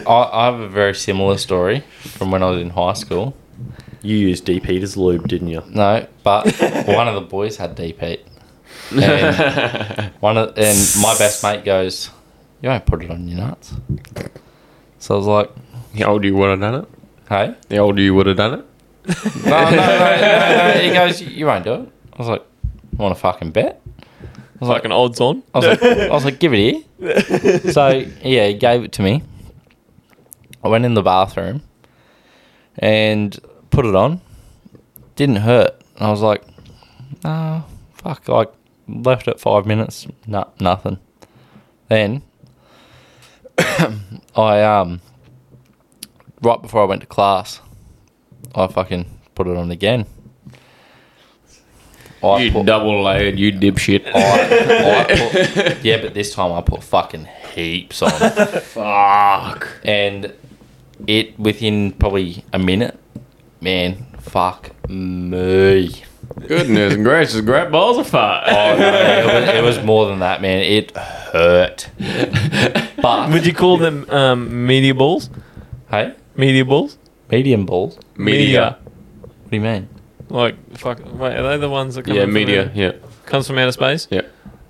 [SPEAKER 6] I, I have a very similar story from when I was in high school.
[SPEAKER 4] You used Deep Heater's lube, didn't you?
[SPEAKER 6] No, but one of the boys had deep heat. And one of, and my best mate goes, "You ain't put it on your nuts." So I was like,
[SPEAKER 5] The older you would have done it,
[SPEAKER 6] "Hey,
[SPEAKER 5] the older you would have done it.
[SPEAKER 6] no, no, no, no, no." He goes, "You won't do it." I was like, "Want to fucking bet?"
[SPEAKER 5] It's like an odds on.
[SPEAKER 6] I was like, I was like, "Give it here." So yeah, he gave it to me. I went in the bathroom and put it on. Didn't hurt. And I was like, nah, fuck. Like, left it five minutes. No, nothing. Then I, um, right before I went to class, I fucking put it on again. I
[SPEAKER 5] You
[SPEAKER 6] put,
[SPEAKER 5] double layered, you dipshit.
[SPEAKER 6] I, I put, yeah, but this time I put fucking heaps on
[SPEAKER 5] Fuck.
[SPEAKER 6] and it within probably a minute, man, fuck me.
[SPEAKER 5] Goodness gracious, great balls of
[SPEAKER 3] Oh,
[SPEAKER 5] fire.
[SPEAKER 6] it, was, it was more than that, man. It hurt. But
[SPEAKER 3] Would you call them um, media balls?
[SPEAKER 6] hey,
[SPEAKER 3] Media balls?
[SPEAKER 6] medium balls. What
[SPEAKER 5] Media.
[SPEAKER 6] do you mean?
[SPEAKER 3] Like, fuck. Wait, are they the ones that come
[SPEAKER 5] Yeah,
[SPEAKER 3] from
[SPEAKER 5] media.
[SPEAKER 3] outer-
[SPEAKER 5] Yeah.
[SPEAKER 3] comes from outer space?
[SPEAKER 5] Yeah.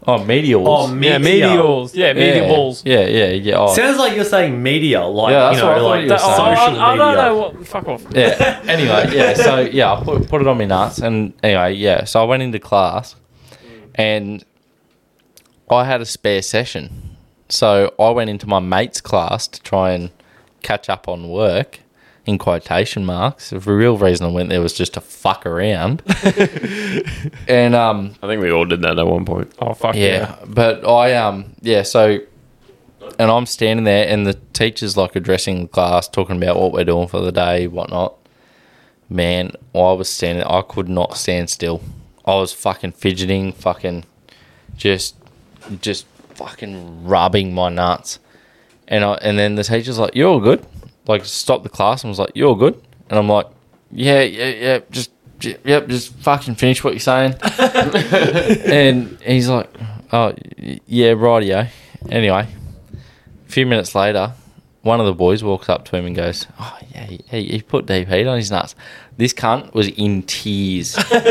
[SPEAKER 6] Oh, medials.
[SPEAKER 4] Oh,
[SPEAKER 3] Yeah, meteors. Yeah, media
[SPEAKER 6] yeah.
[SPEAKER 3] balls.
[SPEAKER 6] Yeah, yeah, yeah. Oh,
[SPEAKER 4] Sounds like you're saying media, like
[SPEAKER 6] Yeah,
[SPEAKER 4] you
[SPEAKER 6] that's
[SPEAKER 4] know,
[SPEAKER 6] what I thought
[SPEAKER 4] like
[SPEAKER 6] you were
[SPEAKER 4] that
[SPEAKER 3] Oh,
[SPEAKER 6] saying.
[SPEAKER 4] social media.
[SPEAKER 3] I, I don't know. What, fuck off.
[SPEAKER 6] yeah. Anyway, yeah. So yeah, I put put it on my nuts, and anyway, yeah. So I went into class, and I had a spare session, so I went into my mate's class to try and catch up on work. In quotation marks, the real reason I went there was just to fuck around, and um,
[SPEAKER 5] I think we all did that at one point.
[SPEAKER 3] Oh, fuck yeah.
[SPEAKER 6] yeah, but I um yeah so, and I'm standing there, and the teacher's like addressing the class, talking about what we're doing for the day, whatnot. Man, I was standing, I could not stand still. I was fucking fidgeting, fucking, just, just fucking rubbing my nuts, and I and then the teacher's like, "You're all good," like stopped the class and was like, "You're all good," and I'm like, "Yeah, yeah, yeah, just." j- Yep, just fucking finish what you're saying and he's like, "Oh, y- yeah, rightio." Anyway, a few minutes later, one of the boys walks up to him and goes, "Oh, yeah, he, he he put deep heat on his nuts." This cunt was in tears. he was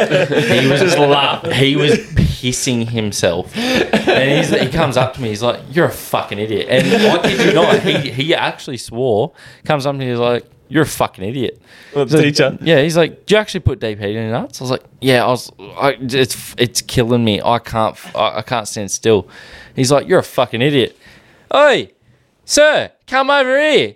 [SPEAKER 6] just laughing. He was pissing himself, and he's, he comes up to me. He's like, "You're a fucking idiot," and I kid you not, he he actually swore. Comes up to me, he's like, you're a fucking idiot.
[SPEAKER 5] Well,
[SPEAKER 6] He's like,
[SPEAKER 5] teacher.
[SPEAKER 6] Yeah, he's like, do you actually put deep heat in your nuts? I was like, yeah, I was. I, it's it's killing me. I can't f- I, I can't stand still. He's like, you're a fucking idiot. Oi, sir, come over here.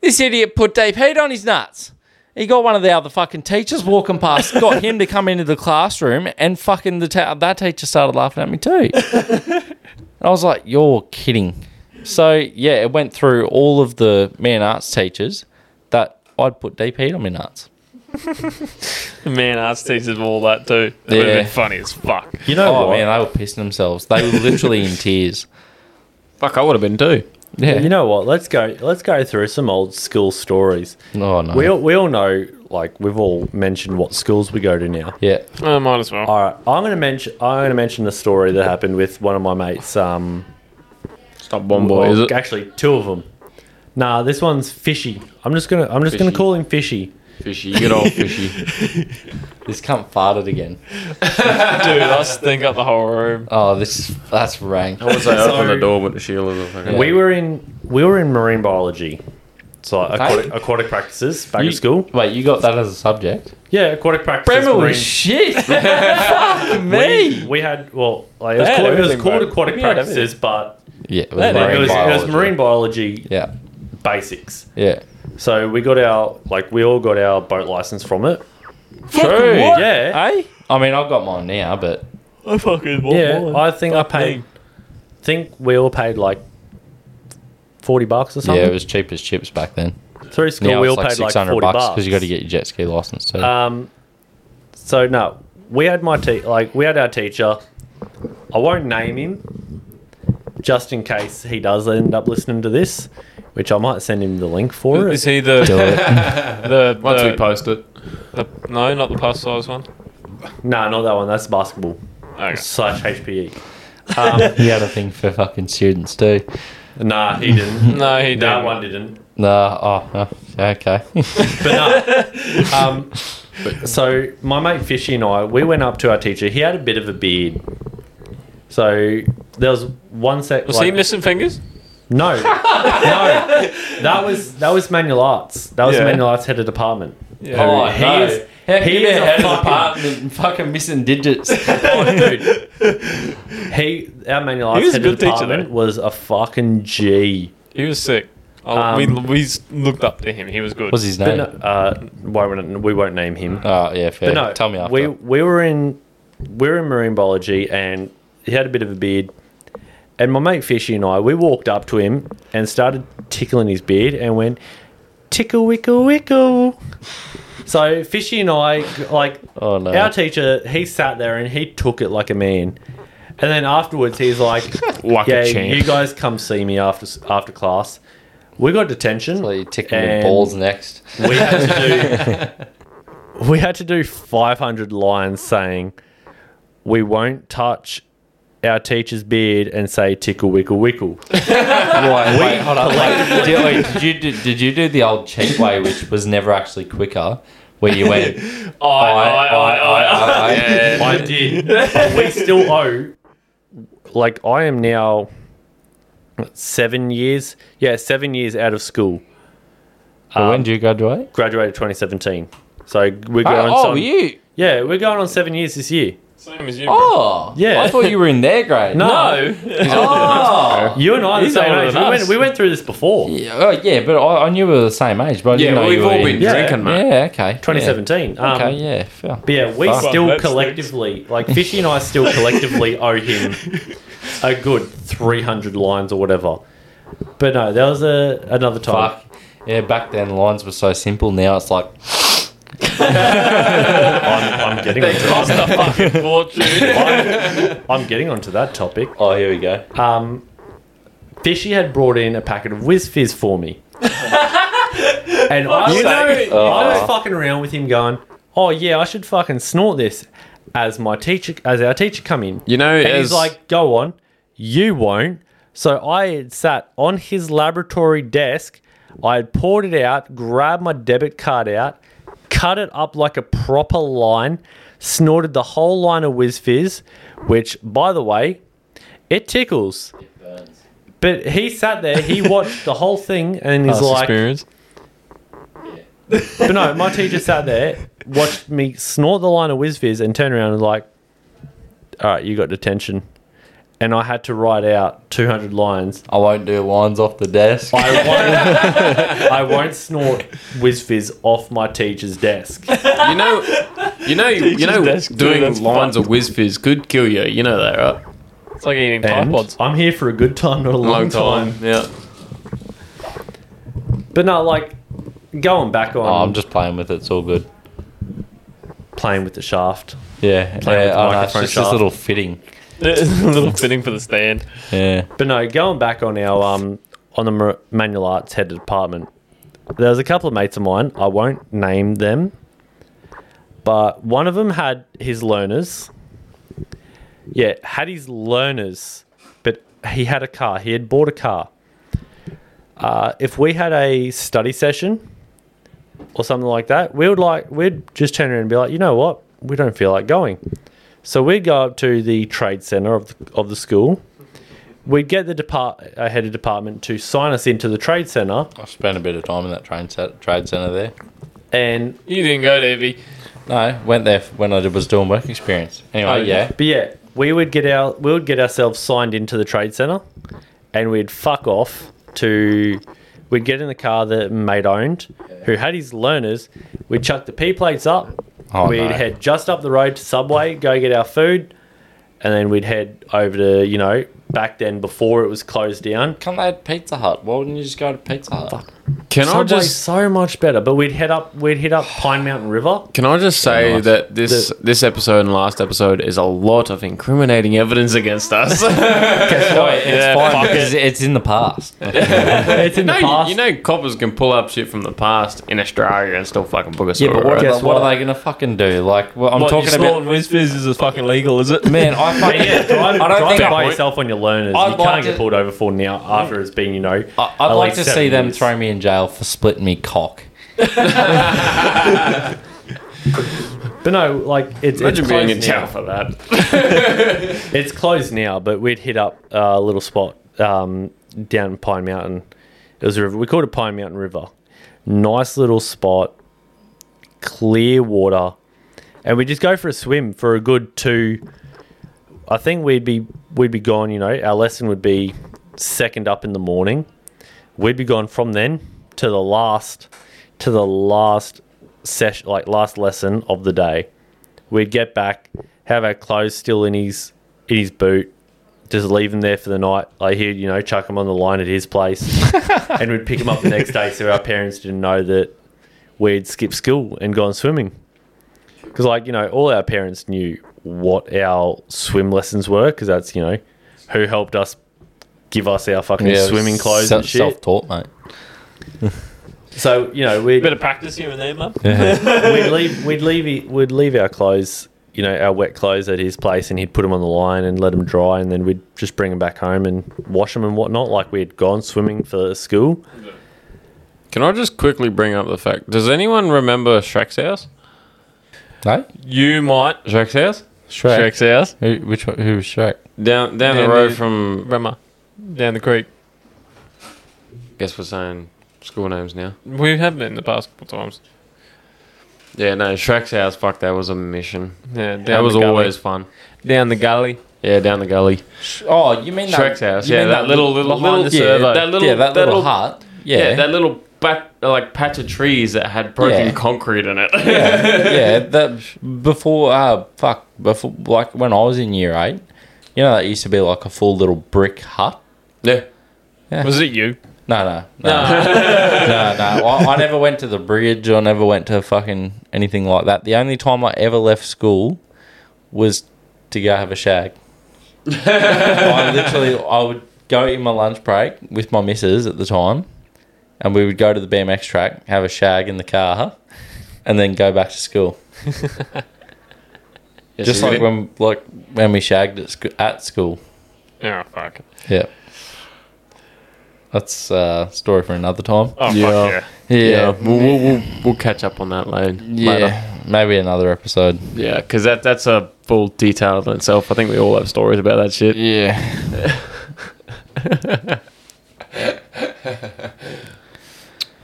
[SPEAKER 6] This idiot put deep heat on his nuts. He got one of the other fucking teachers walking past, got him to come into the classroom, and fucking the ta- that teacher started laughing at me too. I was like, "You're kidding." So yeah, it went through all of the man arts teachers that I'd put deep heat on my nuts.
[SPEAKER 5] Man, arts teachers were all that too. It would
[SPEAKER 6] Yeah.
[SPEAKER 5] have been funny as fuck.
[SPEAKER 4] You know
[SPEAKER 6] oh
[SPEAKER 4] what?
[SPEAKER 6] man, they were pissing themselves. They were literally in tears.
[SPEAKER 5] Fuck, I would have been too.
[SPEAKER 6] Yeah.
[SPEAKER 4] You know what? Let's go. Let's go through some old school stories.
[SPEAKER 6] oh no.
[SPEAKER 4] We
[SPEAKER 5] Uh-huh.
[SPEAKER 4] all, we all know, like we've all mentioned what schools we go to now.
[SPEAKER 6] yeah.
[SPEAKER 5] I might as well.
[SPEAKER 4] All right, I'm gonna mention. I'm gonna mention a story that happened with one of my mates. Um,
[SPEAKER 5] Stop bomb
[SPEAKER 4] well,
[SPEAKER 5] boy, is it?
[SPEAKER 4] actually, two of them. Nah, this one's fishy. I'm just gonna. I'm just gonna
[SPEAKER 5] Fishy.
[SPEAKER 4] call him fishy.
[SPEAKER 5] Fishy, good old fishy.
[SPEAKER 6] This cunt farted again.
[SPEAKER 5] Dude, I stink up the whole room.
[SPEAKER 6] Oh, this is that's rank.
[SPEAKER 5] I was like, open the door, but the shield is fucking.
[SPEAKER 4] We were in. We were in marine biology. So aquatic, aquatic practices back
[SPEAKER 6] You-
[SPEAKER 4] at school.
[SPEAKER 6] Wait, you got that as a subject?
[SPEAKER 4] Yeah, aquatic practices.
[SPEAKER 6] Bremer
[SPEAKER 4] marine-
[SPEAKER 6] was shit. Fuck
[SPEAKER 4] we,
[SPEAKER 6] me.
[SPEAKER 4] we had well, like, it was
[SPEAKER 5] They had
[SPEAKER 4] called, it was
[SPEAKER 5] everything,
[SPEAKER 4] called
[SPEAKER 5] bro.
[SPEAKER 4] aquatic
[SPEAKER 5] We had
[SPEAKER 4] practices, but
[SPEAKER 6] Yeah. It
[SPEAKER 5] That
[SPEAKER 6] was
[SPEAKER 4] it
[SPEAKER 6] marine
[SPEAKER 4] was, it was
[SPEAKER 6] biology.
[SPEAKER 4] marine biology
[SPEAKER 6] Yeah.
[SPEAKER 4] basics.
[SPEAKER 6] Yeah.
[SPEAKER 4] So we got our like we all got our boat license from it.
[SPEAKER 6] True.
[SPEAKER 4] what? Yeah.
[SPEAKER 6] Eh? I mean, I've got mine now, but
[SPEAKER 5] I fucking
[SPEAKER 3] Oh,
[SPEAKER 4] Yeah, I think I paid. Think we all paid like forty bucks or something.
[SPEAKER 6] yeah, it was cheap as chips back then.
[SPEAKER 4] through school.
[SPEAKER 6] Now
[SPEAKER 4] we
[SPEAKER 6] it's
[SPEAKER 4] all
[SPEAKER 6] like
[SPEAKER 4] paid like
[SPEAKER 6] six hundred
[SPEAKER 4] forty
[SPEAKER 6] bucks
[SPEAKER 4] bucks
[SPEAKER 6] because you got to get your jet ski license too.
[SPEAKER 4] Um, so no, we had my te- like we had our teacher. I won't name him, just in case he does end up listening to this, which I might send him the link for it.
[SPEAKER 5] Is he the
[SPEAKER 6] Do it.
[SPEAKER 5] the
[SPEAKER 3] Once we
[SPEAKER 5] the,
[SPEAKER 3] post it.
[SPEAKER 5] the- no, not the plus size one.
[SPEAKER 4] No, not that one. That's basketball
[SPEAKER 5] Okay.
[SPEAKER 4] slash E. HPE.
[SPEAKER 6] he had a thing for fucking students too.
[SPEAKER 4] Um, Nah, he didn't.
[SPEAKER 5] No, he
[SPEAKER 4] that
[SPEAKER 5] didn't.
[SPEAKER 4] one didn't.
[SPEAKER 6] Nah. Oh. no, okay.
[SPEAKER 4] But no. um, so my mate Fishy and I, we went up to our teacher. He had a bit of a beard. So there was one sec.
[SPEAKER 5] Was he missing fingers?
[SPEAKER 4] No, no, that was that was manual arts. That was
[SPEAKER 5] Yeah.
[SPEAKER 4] manual arts head of department.
[SPEAKER 5] Yeah.
[SPEAKER 4] Oh, he
[SPEAKER 6] no.
[SPEAKER 4] is-
[SPEAKER 6] How can
[SPEAKER 4] he
[SPEAKER 6] you
[SPEAKER 4] is
[SPEAKER 6] be
[SPEAKER 4] a
[SPEAKER 6] head of
[SPEAKER 4] fucking-
[SPEAKER 6] department and fucking missing digits.
[SPEAKER 4] Oh, dude, he our manual arts
[SPEAKER 5] was a
[SPEAKER 4] head of
[SPEAKER 5] good teacher,
[SPEAKER 4] department
[SPEAKER 5] though.
[SPEAKER 4] was a fucking G.
[SPEAKER 5] He was sick. Oh, we,
[SPEAKER 4] Um,
[SPEAKER 5] we s- looked up to him. He was good.
[SPEAKER 6] What's his
[SPEAKER 4] But
[SPEAKER 6] name?
[SPEAKER 4] no, uh, won't, we won't name him.
[SPEAKER 6] oh yeah, fair.
[SPEAKER 4] But no,
[SPEAKER 6] Tell me after.
[SPEAKER 4] We we were in we were in marine biology, and he had a bit of a beard. And my mate Fishy and I, we walked up to him and started tickling his beard, and went tickle wickle wickle. So Fishy and I, like
[SPEAKER 6] oh no.
[SPEAKER 4] our teacher, he sat there and he took it like a man. And then afterwards, he's like,
[SPEAKER 5] Like a
[SPEAKER 4] "Yeah,
[SPEAKER 5] champ."
[SPEAKER 4] you guys come see me after after class." We got detention.
[SPEAKER 6] Well, you tick me
[SPEAKER 4] and-
[SPEAKER 6] with balls next.
[SPEAKER 4] we had to do we had to do 500 lines saying we won't touch our teacher's beard and say tickle wickle wickle.
[SPEAKER 6] Wait, wait, hold on. Wait, did, wait, did you do, did you do the old cheat way, which was never actually quicker, where you went? I, I, I, I.
[SPEAKER 4] I did. But we still owe. Like I am now seven years. Yeah, seven years out of school.
[SPEAKER 6] Well, When do you graduate?
[SPEAKER 4] Graduated 2017. So we're going.
[SPEAKER 6] Oh,
[SPEAKER 4] on,
[SPEAKER 6] you.
[SPEAKER 4] Yeah, we're going on seven years this year.
[SPEAKER 5] Same as you.
[SPEAKER 6] Oh,
[SPEAKER 4] Yeah.
[SPEAKER 6] I thought you were in their grade.
[SPEAKER 4] No,
[SPEAKER 6] Oh.
[SPEAKER 4] you and I are the
[SPEAKER 5] He's
[SPEAKER 4] same
[SPEAKER 5] older
[SPEAKER 4] age. We
[SPEAKER 5] than
[SPEAKER 4] went,
[SPEAKER 5] us.
[SPEAKER 4] we went through this before.
[SPEAKER 6] Yeah, oh, yeah, but I, I knew we were the same age, but I
[SPEAKER 5] Yeah,
[SPEAKER 6] didn't know
[SPEAKER 5] we've
[SPEAKER 6] you were
[SPEAKER 5] all
[SPEAKER 6] in-
[SPEAKER 5] been
[SPEAKER 4] Yeah.
[SPEAKER 5] drinking, mate.
[SPEAKER 6] Yeah, okay.
[SPEAKER 4] 2017.
[SPEAKER 6] Yeah.
[SPEAKER 4] Um,
[SPEAKER 6] Okay, yeah, fair.
[SPEAKER 4] But yeah, we
[SPEAKER 6] Fuck.
[SPEAKER 4] still
[SPEAKER 5] That's
[SPEAKER 4] collectively, like Fishy and I still collectively owe him a good 300 lines or whatever. But no, that was a, another time.
[SPEAKER 6] Fuck. Yeah, back then lines were so simple. Now it's like,
[SPEAKER 4] I'm, I'm getting onto
[SPEAKER 5] Cost a fucking fortune.
[SPEAKER 4] I'm, I'm getting onto that topic.
[SPEAKER 6] oh, here we go.
[SPEAKER 4] Fishy had brought in a packet of Whiz Fizz for me. and I was, I
[SPEAKER 6] Ah.
[SPEAKER 4] was fucking around with him going, oh yeah, I should fucking snort this as my teacher, as our teacher come in.
[SPEAKER 5] You know,
[SPEAKER 4] And
[SPEAKER 5] as
[SPEAKER 4] he's like, go on, you won't. So I had sat on his laboratory desk. I had poured it out, grabbed my debit card out, cut it up like a proper line, snorted the whole line of Whiz Fizz, which, by the way, it tickles. But he sat there, he watched the whole thing, and he's like,
[SPEAKER 5] experience.
[SPEAKER 4] But no, my teacher sat there, watched me snort the line of whiz fizz, and turn around and like, all right, you got detention. And I had to write out 200 lines.
[SPEAKER 6] I won't do lines off the desk.
[SPEAKER 4] I won't, I won't snort whiz fizz off my teacher's desk.
[SPEAKER 5] You know, you know, you know,
[SPEAKER 3] desk, dude,
[SPEAKER 5] doing
[SPEAKER 3] that's
[SPEAKER 5] lines of whiz fizz could kill you. You know that, right?
[SPEAKER 3] It's like eating Tide
[SPEAKER 4] And
[SPEAKER 3] Pods.
[SPEAKER 4] I'm here for a good time, not a long, time.
[SPEAKER 5] Yeah.
[SPEAKER 4] But no, like, going back on
[SPEAKER 6] Oh, I'm just playing with it. It's all good.
[SPEAKER 4] playing with the shaft.
[SPEAKER 6] Yeah,
[SPEAKER 4] Playing with
[SPEAKER 6] yeah.
[SPEAKER 4] the
[SPEAKER 6] I know, it's
[SPEAKER 4] microphone
[SPEAKER 6] just this
[SPEAKER 4] shaft.
[SPEAKER 6] little fitting.
[SPEAKER 3] a little fitting for the stand.
[SPEAKER 6] Yeah.
[SPEAKER 4] But no, going back on our um on the mar- manual arts head department, there was a couple of mates of mine. I won't name them, but one of them had his learners. Yeah, had his learners, but he had a car. He had bought a car. Uh, if we had a study session or something like that, we would like we'd just turn around and be like, you know what, we don't feel like going. So we'd go up to the trade center of the, of the school we'd get the depart uh, head of department to sign us into the trade center
[SPEAKER 6] I've spent a bit of time in that train set, trade centre there.
[SPEAKER 4] and
[SPEAKER 5] You didn't go, Debbie.
[SPEAKER 6] No, went there f- when I did- was doing work experience. Anyway,
[SPEAKER 5] Oh,
[SPEAKER 6] yeah.
[SPEAKER 4] but yeah we would get our we would get ourselves signed into the trade center and we'd fuck off to we'd get in the car that mate owned who had his learners we'd chuck the p plates up
[SPEAKER 6] Oh,
[SPEAKER 4] we'd
[SPEAKER 6] no.
[SPEAKER 4] head just up the road to subway go get our food and then we'd head over to you know back then before it was closed down
[SPEAKER 6] Can't they have Pizza Hut? Why wouldn't you just go to Pizza Hut?
[SPEAKER 5] Can I
[SPEAKER 4] Subway's
[SPEAKER 5] just
[SPEAKER 4] so much better but we'd head up we'd hit up pine mountain river
[SPEAKER 5] can I just say that this this episode and last episode is a lot of incriminating evidence against us.
[SPEAKER 6] it's fine because it's in the past.
[SPEAKER 4] it's in
[SPEAKER 5] no,
[SPEAKER 4] the
[SPEAKER 5] you-
[SPEAKER 4] past
[SPEAKER 5] you know, coppers can pull up shit from the past in Australia and still fucking book us.
[SPEAKER 6] Yeah, but what,
[SPEAKER 5] right?
[SPEAKER 4] Guess
[SPEAKER 6] like, what
[SPEAKER 4] what?
[SPEAKER 6] are they gonna fucking do? Like, well, I'm talking about.
[SPEAKER 3] whiz fizz is fucking legal, is it?
[SPEAKER 6] Man, I fucking.
[SPEAKER 4] yeah, drive,
[SPEAKER 6] I don't
[SPEAKER 4] drive
[SPEAKER 6] think
[SPEAKER 4] by
[SPEAKER 5] point.
[SPEAKER 4] yourself on your learners.
[SPEAKER 6] I'd
[SPEAKER 4] you
[SPEAKER 6] like
[SPEAKER 4] can't
[SPEAKER 6] to-
[SPEAKER 4] get pulled over for now after it's been, you know.
[SPEAKER 6] I- I'd
[SPEAKER 4] at
[SPEAKER 6] like to
[SPEAKER 4] least
[SPEAKER 6] see
[SPEAKER 4] seven
[SPEAKER 6] them
[SPEAKER 4] years.
[SPEAKER 6] throw me in jail for splitting me cock.
[SPEAKER 4] But no, like it's it's
[SPEAKER 5] Imagine being
[SPEAKER 4] closed,
[SPEAKER 5] in jail
[SPEAKER 4] now.
[SPEAKER 5] for that.
[SPEAKER 4] it's closed now. But we'd hit up a little spot um, down Pine Mountain. It was a river. We called it Pine Mountain River. Nice little spot, clear water, and we just go for a swim for a good two. I think we'd be we'd be gone. You know, our lesson would be second up in the morning. We'd be gone from then to the last to the last session, like last lesson of the day. We'd get back, have our clothes still in his in his boot, just leave him there for the night. Like he'd you know chuck him on the line at his place, and we'd pick him up the next day so our parents didn't know that we'd skipped school and gone swimming. Because like you know, all our parents knew what our swim lessons were because that's you know who helped us give us our fucking swimming clothes and shit.
[SPEAKER 6] Self-taught, mate.
[SPEAKER 4] So you know we'd
[SPEAKER 3] Bit of practice here and there, mum.
[SPEAKER 4] we'd leave we'd leave he- we'd leave our clothes you know our wet clothes at his place and he'd put them on the line and let them dry and then we'd just bring them back home and wash them and whatnot like we'd gone swimming for school
[SPEAKER 5] Can I just quickly bring up the fact? Does anyone remember Shrek's house?
[SPEAKER 6] No,
[SPEAKER 5] You might. Shrek's house.
[SPEAKER 6] Shrek.
[SPEAKER 5] Shrek's house.
[SPEAKER 6] Who, which one, who was Shrek?
[SPEAKER 5] Down down
[SPEAKER 3] Down
[SPEAKER 5] the road
[SPEAKER 3] the-
[SPEAKER 5] from.
[SPEAKER 3] Remember, down the creek.
[SPEAKER 5] Guess we're saying school names now.
[SPEAKER 3] We have met in the past couple times.
[SPEAKER 5] Yeah, no, Shrek's house. Fuck, that was a mission.
[SPEAKER 3] Yeah, down
[SPEAKER 5] that was
[SPEAKER 3] the gully.
[SPEAKER 5] always fun.
[SPEAKER 3] down the gully.
[SPEAKER 5] Yeah, down the gully.
[SPEAKER 6] Oh, you mean
[SPEAKER 5] Shrek's
[SPEAKER 6] that,
[SPEAKER 5] house.
[SPEAKER 6] you
[SPEAKER 5] Yeah,
[SPEAKER 6] mean
[SPEAKER 5] that little- little uh, behind the servo.
[SPEAKER 6] That little, yeah, that, little, hut. Yeah,
[SPEAKER 5] Yeah, that little back, like patch of trees that had broken
[SPEAKER 6] Yeah.
[SPEAKER 5] concrete in it.
[SPEAKER 6] yeah, that before uh fuck before like when I was in year eight, you know that used to be like a full little brick hut.
[SPEAKER 5] yeah.
[SPEAKER 3] Was it you?
[SPEAKER 6] No, no, no, no, no. I, I never went to the bridge. I never went to fucking anything like that. The only time I ever left school was to go have a shag. I literally, I would go in my lunch break with my missus at the time, and we would go to the BMX track, have a shag in the car, and then go back to school. Just like when, like when we shagged at, sc- at school.
[SPEAKER 3] Oh fuck.
[SPEAKER 6] Yeah. That's a uh, story for another time.
[SPEAKER 3] Oh
[SPEAKER 5] Yeah.
[SPEAKER 3] fuck yeah.
[SPEAKER 5] Yeah, we'll, we'll, we'll, we'll catch up on that later.
[SPEAKER 6] Yeah,
[SPEAKER 5] later.
[SPEAKER 6] maybe another episode.
[SPEAKER 5] Yeah, because that, that's a full detail in itself. I think we all have stories about that shit.
[SPEAKER 6] Yeah.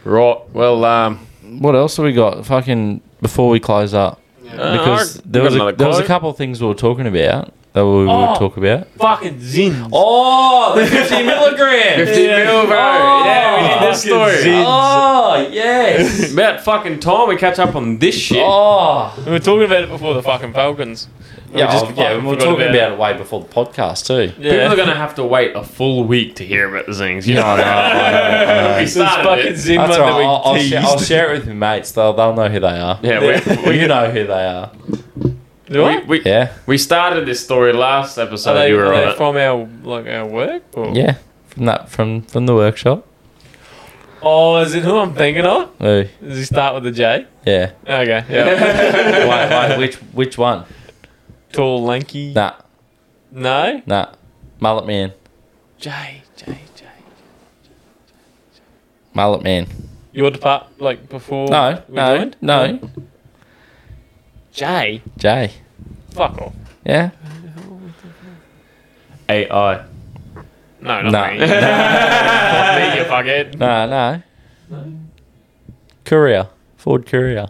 [SPEAKER 5] Right. Well, um,
[SPEAKER 6] what else have we got? Fucking before we close up,
[SPEAKER 5] Uh,
[SPEAKER 6] because there was a, there was a couple of things we were talking about that we would
[SPEAKER 5] Oh.
[SPEAKER 6] talk about.
[SPEAKER 5] fucking zins.
[SPEAKER 6] Oh, the fifty Oh. milligram.
[SPEAKER 5] 50 mil, bro. yeah, we need this
[SPEAKER 6] fucking
[SPEAKER 5] story.
[SPEAKER 6] Oh yes.
[SPEAKER 5] About fucking time we catch up on this shit.
[SPEAKER 6] oh
[SPEAKER 3] We were talking about it before the fucking Falcons. We
[SPEAKER 6] yeah.
[SPEAKER 3] just
[SPEAKER 6] oh, yeah,
[SPEAKER 3] fucking
[SPEAKER 6] we were
[SPEAKER 3] forgot
[SPEAKER 6] talking about, it way before the podcast too.
[SPEAKER 3] Yeah.
[SPEAKER 5] People are gonna have to wait a full week to hear about the zings. You
[SPEAKER 6] No, no, no, no.
[SPEAKER 5] we started
[SPEAKER 3] fucking
[SPEAKER 5] it.
[SPEAKER 3] Zin
[SPEAKER 6] That's
[SPEAKER 3] one
[SPEAKER 6] all
[SPEAKER 3] that
[SPEAKER 6] right.
[SPEAKER 3] we
[SPEAKER 6] I'll, I'll, share, I'll
[SPEAKER 3] teased.
[SPEAKER 6] share it with my mates. They'll, they'll know who they are.
[SPEAKER 5] Yeah, we, we,
[SPEAKER 6] you know who they are.
[SPEAKER 5] we, we,
[SPEAKER 6] Yeah.
[SPEAKER 5] we started this story last episode.
[SPEAKER 3] Are they,
[SPEAKER 5] you were
[SPEAKER 3] are
[SPEAKER 5] on
[SPEAKER 3] they
[SPEAKER 5] it.
[SPEAKER 3] from our like our work? Or?
[SPEAKER 6] Yeah. From that from from the workshop.
[SPEAKER 3] Oh, is it who I'm thinking of?
[SPEAKER 6] Who?
[SPEAKER 3] Does he start with a J?
[SPEAKER 6] Yeah.
[SPEAKER 3] Okay. Yeah.
[SPEAKER 6] Wait, wait, which which one?
[SPEAKER 3] Tall, lanky.
[SPEAKER 6] Nah,
[SPEAKER 3] No.
[SPEAKER 6] nah. Mullet man.
[SPEAKER 3] J. J. J.
[SPEAKER 6] Mullet man.
[SPEAKER 3] Your depart like before.
[SPEAKER 6] No,
[SPEAKER 3] we
[SPEAKER 6] no,
[SPEAKER 3] joined?
[SPEAKER 6] no.
[SPEAKER 3] J.
[SPEAKER 6] Jay.
[SPEAKER 3] Fuck off.
[SPEAKER 6] Yeah.
[SPEAKER 5] AI.
[SPEAKER 3] No, not
[SPEAKER 6] No.
[SPEAKER 3] me. Not me, you fuckhead.
[SPEAKER 6] No, no. Courier. Ford Courier.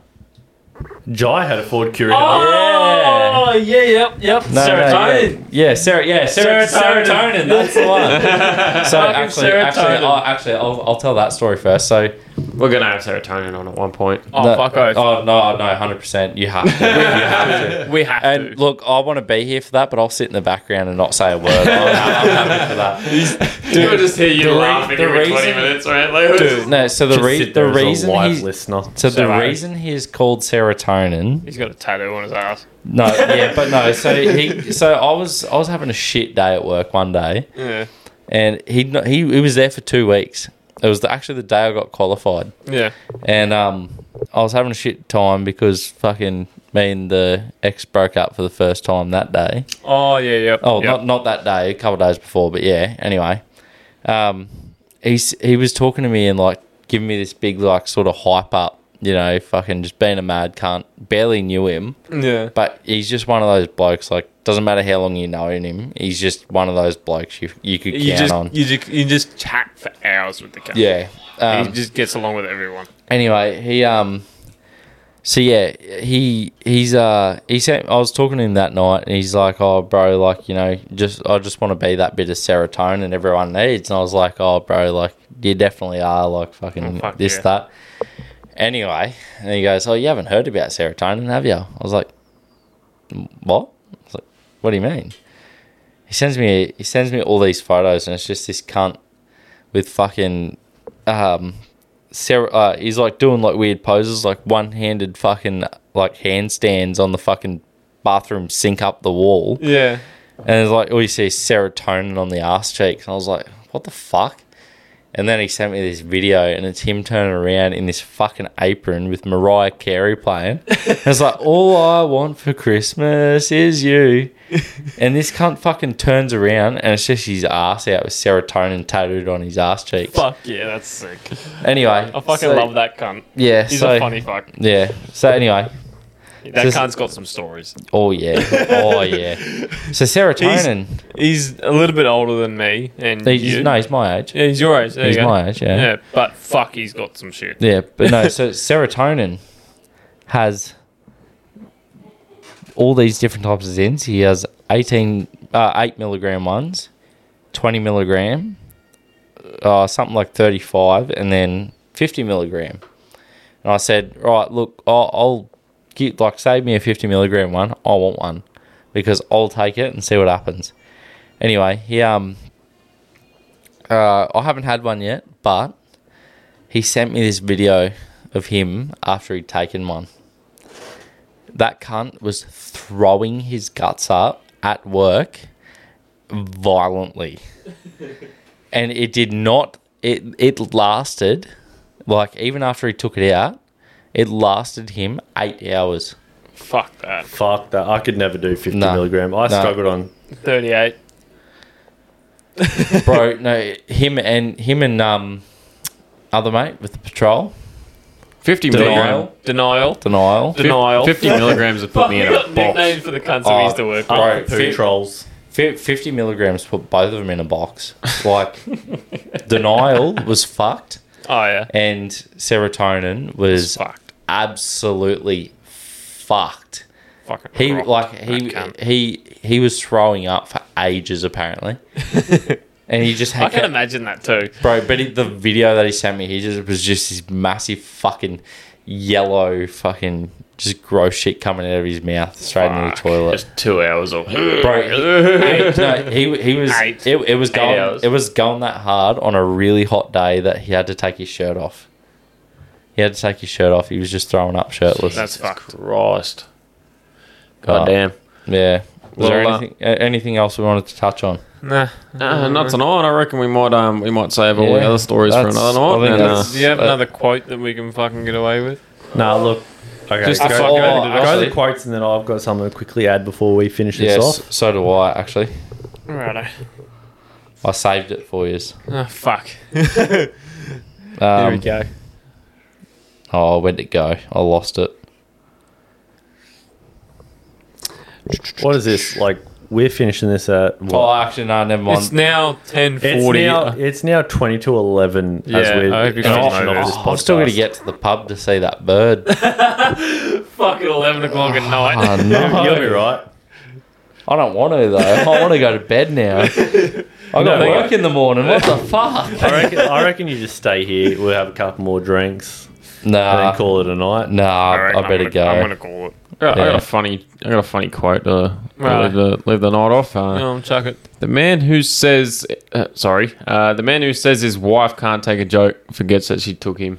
[SPEAKER 4] Jai had a Ford Courier.
[SPEAKER 3] Oh, yeah, yep, yep.
[SPEAKER 6] No, no,
[SPEAKER 3] Serotonin.
[SPEAKER 6] yeah. yeah, ser- yeah, ser-
[SPEAKER 3] Serotonin.
[SPEAKER 6] serotonin. That's the one. so
[SPEAKER 3] Fucking
[SPEAKER 6] actually, actually,
[SPEAKER 3] serotonin.
[SPEAKER 6] I'll, actually, I'll, I'll tell that story first. So
[SPEAKER 5] We're gonna have serotonin on at one point.
[SPEAKER 3] Oh,
[SPEAKER 6] No.
[SPEAKER 3] fuck off.
[SPEAKER 6] Oh no, no, hundred percent. You have to. You have to.
[SPEAKER 3] We have
[SPEAKER 6] And
[SPEAKER 3] to.
[SPEAKER 6] look, I want to be here for that, but I'll sit in the background and not say a word. I'm, I'm happy for that.
[SPEAKER 5] Dude, we'll just hear you
[SPEAKER 6] the
[SPEAKER 5] laughing
[SPEAKER 6] re- the
[SPEAKER 5] every twenty
[SPEAKER 6] reason-
[SPEAKER 5] minutes, right? Like,
[SPEAKER 6] No, so the,
[SPEAKER 4] Just
[SPEAKER 6] re-
[SPEAKER 4] sit
[SPEAKER 6] the
[SPEAKER 4] there as a
[SPEAKER 6] reason
[SPEAKER 4] live
[SPEAKER 6] he's,
[SPEAKER 4] listener.
[SPEAKER 6] so the
[SPEAKER 3] Sorry.
[SPEAKER 6] reason he's called serotonin.
[SPEAKER 3] uh, He's got a tattoo on his ass.
[SPEAKER 6] No, yeah, but no. So he, so I was, I was having a shit day at work one day,
[SPEAKER 3] Yeah.
[SPEAKER 6] and he, he, he was there for two weeks. It was the, actually the day I got qualified.
[SPEAKER 3] Yeah.
[SPEAKER 6] And um, I was having a shit time because fucking me and the ex broke up for the first time that day.
[SPEAKER 3] Oh, yeah, yep.
[SPEAKER 6] Oh,
[SPEAKER 3] yep.
[SPEAKER 6] not not that day, a couple of days before, but yeah. Anyway, um, he's he was talking to me and like giving me this big like sort of hype up, you know, fucking just being a mad cunt. Barely knew him,
[SPEAKER 3] Yeah.
[SPEAKER 6] but he's just one of those blokes. Like doesn't matter how long you know him, he's just one of those blokes you you could
[SPEAKER 3] You
[SPEAKER 6] count
[SPEAKER 3] just,
[SPEAKER 6] on.
[SPEAKER 3] you just you just chat for hours with the cat.
[SPEAKER 6] yeah. Um,
[SPEAKER 3] he just gets along with everyone.
[SPEAKER 6] anyway, he um so yeah, he he's uh he sent I was talking to him that night and he's like, Oh bro, like, you know, just I just wanna be that bit of serotonin everyone needs and I was like, Oh bro, like you definitely are like fucking
[SPEAKER 3] Oh, fuck
[SPEAKER 6] this,
[SPEAKER 3] yeah.
[SPEAKER 6] that. Anyway, and he goes, Oh, you haven't heard about serotonin, have you? I was like, What? I was like, What do you mean? He sends me he sends me all these photos and it's just this cunt with fucking um Sarah, uh, he's like doing like weird poses, like one handed fucking like handstands on the fucking bathroom sink up the wall.
[SPEAKER 3] Yeah.
[SPEAKER 6] And it's like, all you see is serotonin on the ass cheeks. And I was like, what the fuck? And then he sent me this video, and it's him turning around in this fucking apron with Mariah Carey playing. And it's like, all I want for Christmas is you. And this cunt fucking turns around, and it's just his ass out with serotonin tattooed on his ass cheeks.
[SPEAKER 3] Fuck yeah, that's sick.
[SPEAKER 6] Anyway,
[SPEAKER 3] I fucking
[SPEAKER 6] so-
[SPEAKER 3] love that cunt.
[SPEAKER 6] Yeah,
[SPEAKER 3] He's
[SPEAKER 6] so-
[SPEAKER 3] a funny fuck.
[SPEAKER 6] Yeah. So anyway,
[SPEAKER 3] That
[SPEAKER 6] Just-
[SPEAKER 3] cunt's got some stories.
[SPEAKER 6] Oh yeah, oh yeah. So serotonin.
[SPEAKER 3] He's a little bit older than me, and
[SPEAKER 6] He's,
[SPEAKER 3] you.
[SPEAKER 6] no, he's my age.
[SPEAKER 3] yeah, he's your age. There
[SPEAKER 6] he's
[SPEAKER 3] you go.
[SPEAKER 6] my age. Yeah. yeah.
[SPEAKER 3] Yeah, but fuck, he's got some shit.
[SPEAKER 6] but no. So serotonin has all these different types of zins. He has eighteen, uh, eight milligram ones, twenty milligram, uh, something like thirty-five, and then fifty milligram. And I said, right, look, I'll, I'll get like save me a fifty milligram one. I want one because I'll take it and see what happens. Anyway, he um, uh, I haven't had one yet, but he sent me this video of him after he'd taken one. That cunt was throwing his guts up at work violently. and it did not it it lasted like even after he took it out, it lasted him eight hours.
[SPEAKER 3] Fuck that.
[SPEAKER 4] Fuck that. I could never do 50
[SPEAKER 6] No.
[SPEAKER 4] milligram. I
[SPEAKER 6] No.
[SPEAKER 4] struggled on.
[SPEAKER 3] Thirty-eight.
[SPEAKER 6] Bro, no him and him and um other mate with the patrol,
[SPEAKER 5] Fifty
[SPEAKER 6] Denial.
[SPEAKER 5] milligrams.
[SPEAKER 3] Denial.
[SPEAKER 6] denial.
[SPEAKER 3] Denial.
[SPEAKER 5] Fifty milligrams have put me in a box. Oh,
[SPEAKER 3] nicknames for the cunts that we used to work with.
[SPEAKER 6] Right,
[SPEAKER 4] Poo
[SPEAKER 6] fit-
[SPEAKER 4] trolls.
[SPEAKER 6] Fi- 50 milligrams put both of them in a box. Like, denial was fucked.
[SPEAKER 5] Oh yeah.
[SPEAKER 6] and serotonin was
[SPEAKER 5] fucked.
[SPEAKER 6] absolutely fucked.
[SPEAKER 5] Fucking.
[SPEAKER 6] He
[SPEAKER 5] rock.
[SPEAKER 6] like he
[SPEAKER 5] cunt.
[SPEAKER 6] he he was throwing up for ages apparently, and he just
[SPEAKER 5] I
[SPEAKER 6] had
[SPEAKER 5] can imagine that too.
[SPEAKER 6] bro. But he, the video that he sent me, he just was just this massive fucking yellow fucking just gross shit coming out of his mouth straight into the toilet.
[SPEAKER 5] Just two hours of.
[SPEAKER 6] Bro, he, no, he, he was
[SPEAKER 5] Eight.
[SPEAKER 6] it, it was going
[SPEAKER 5] hours.
[SPEAKER 6] it was going that hard on a really hot day that he had to take his shirt off. He had to take his shirt off. He was just throwing up shirtless.
[SPEAKER 5] That's fucked. Christ.
[SPEAKER 6] Oh.
[SPEAKER 5] God damn.
[SPEAKER 6] Yeah.
[SPEAKER 5] Well,
[SPEAKER 6] Was there
[SPEAKER 5] uh,
[SPEAKER 6] anything uh, anything else we wanted to touch on?
[SPEAKER 3] Nah.
[SPEAKER 5] Uh, not tonight. I reckon we might um we might save all the
[SPEAKER 6] Yeah,
[SPEAKER 5] other stories for
[SPEAKER 6] that's-
[SPEAKER 5] another
[SPEAKER 6] I
[SPEAKER 5] night.
[SPEAKER 6] think
[SPEAKER 5] and, uh,
[SPEAKER 6] that's-
[SPEAKER 3] Do you have
[SPEAKER 6] Uh,
[SPEAKER 3] another quote that we can fucking get away with?
[SPEAKER 4] Nah, look. Okay,
[SPEAKER 5] Just
[SPEAKER 4] go,
[SPEAKER 5] the
[SPEAKER 4] go,
[SPEAKER 5] fucking-
[SPEAKER 4] go to
[SPEAKER 6] actually-
[SPEAKER 4] the quotes, and then I've got something to quickly add before we finish this
[SPEAKER 6] Yes,
[SPEAKER 4] off.
[SPEAKER 6] so do I actually.
[SPEAKER 3] Righto.
[SPEAKER 6] I saved it for you.
[SPEAKER 3] Oh, fuck.
[SPEAKER 4] There we
[SPEAKER 6] Um,
[SPEAKER 4] go.
[SPEAKER 6] oh, where'd it go? I lost it.
[SPEAKER 4] What is this? Like, we're finishing this at what?
[SPEAKER 6] Oh, actually, no, never mind.
[SPEAKER 3] It's now ten
[SPEAKER 4] It's
[SPEAKER 3] forty. uh,
[SPEAKER 4] now it's now twenty to eleven
[SPEAKER 3] Yeah,
[SPEAKER 4] as we're
[SPEAKER 3] I hope you
[SPEAKER 4] finishing
[SPEAKER 3] guys
[SPEAKER 4] off
[SPEAKER 3] know
[SPEAKER 4] this
[SPEAKER 3] this.
[SPEAKER 6] I'm still going to
[SPEAKER 4] podcast.
[SPEAKER 6] get to the pub to see that bird.
[SPEAKER 3] fucking eleven o'clock at night.
[SPEAKER 6] Oh, no.
[SPEAKER 4] You'll be right.
[SPEAKER 6] I don't want to, though. I want to go to bed now. i got
[SPEAKER 4] No,
[SPEAKER 6] work in the morning. What the fuck?
[SPEAKER 4] I reckon, I reckon you just stay here. We'll have a couple more drinks and
[SPEAKER 6] Nah.
[SPEAKER 3] Uh,
[SPEAKER 4] then call it a night.
[SPEAKER 6] Nah, I,
[SPEAKER 3] Alright, I'm
[SPEAKER 6] better
[SPEAKER 3] gonna- I'm
[SPEAKER 6] go.
[SPEAKER 3] gonna call it.
[SPEAKER 5] I got, I got
[SPEAKER 6] Yeah.
[SPEAKER 5] a funny, I got a funny quote to
[SPEAKER 3] Right.
[SPEAKER 5] leave, the, leave the night off. Uh,
[SPEAKER 3] No, I'm chuck it.
[SPEAKER 5] The man who says, uh, sorry, uh, the man who says his wife can't take a joke forgets that she took him.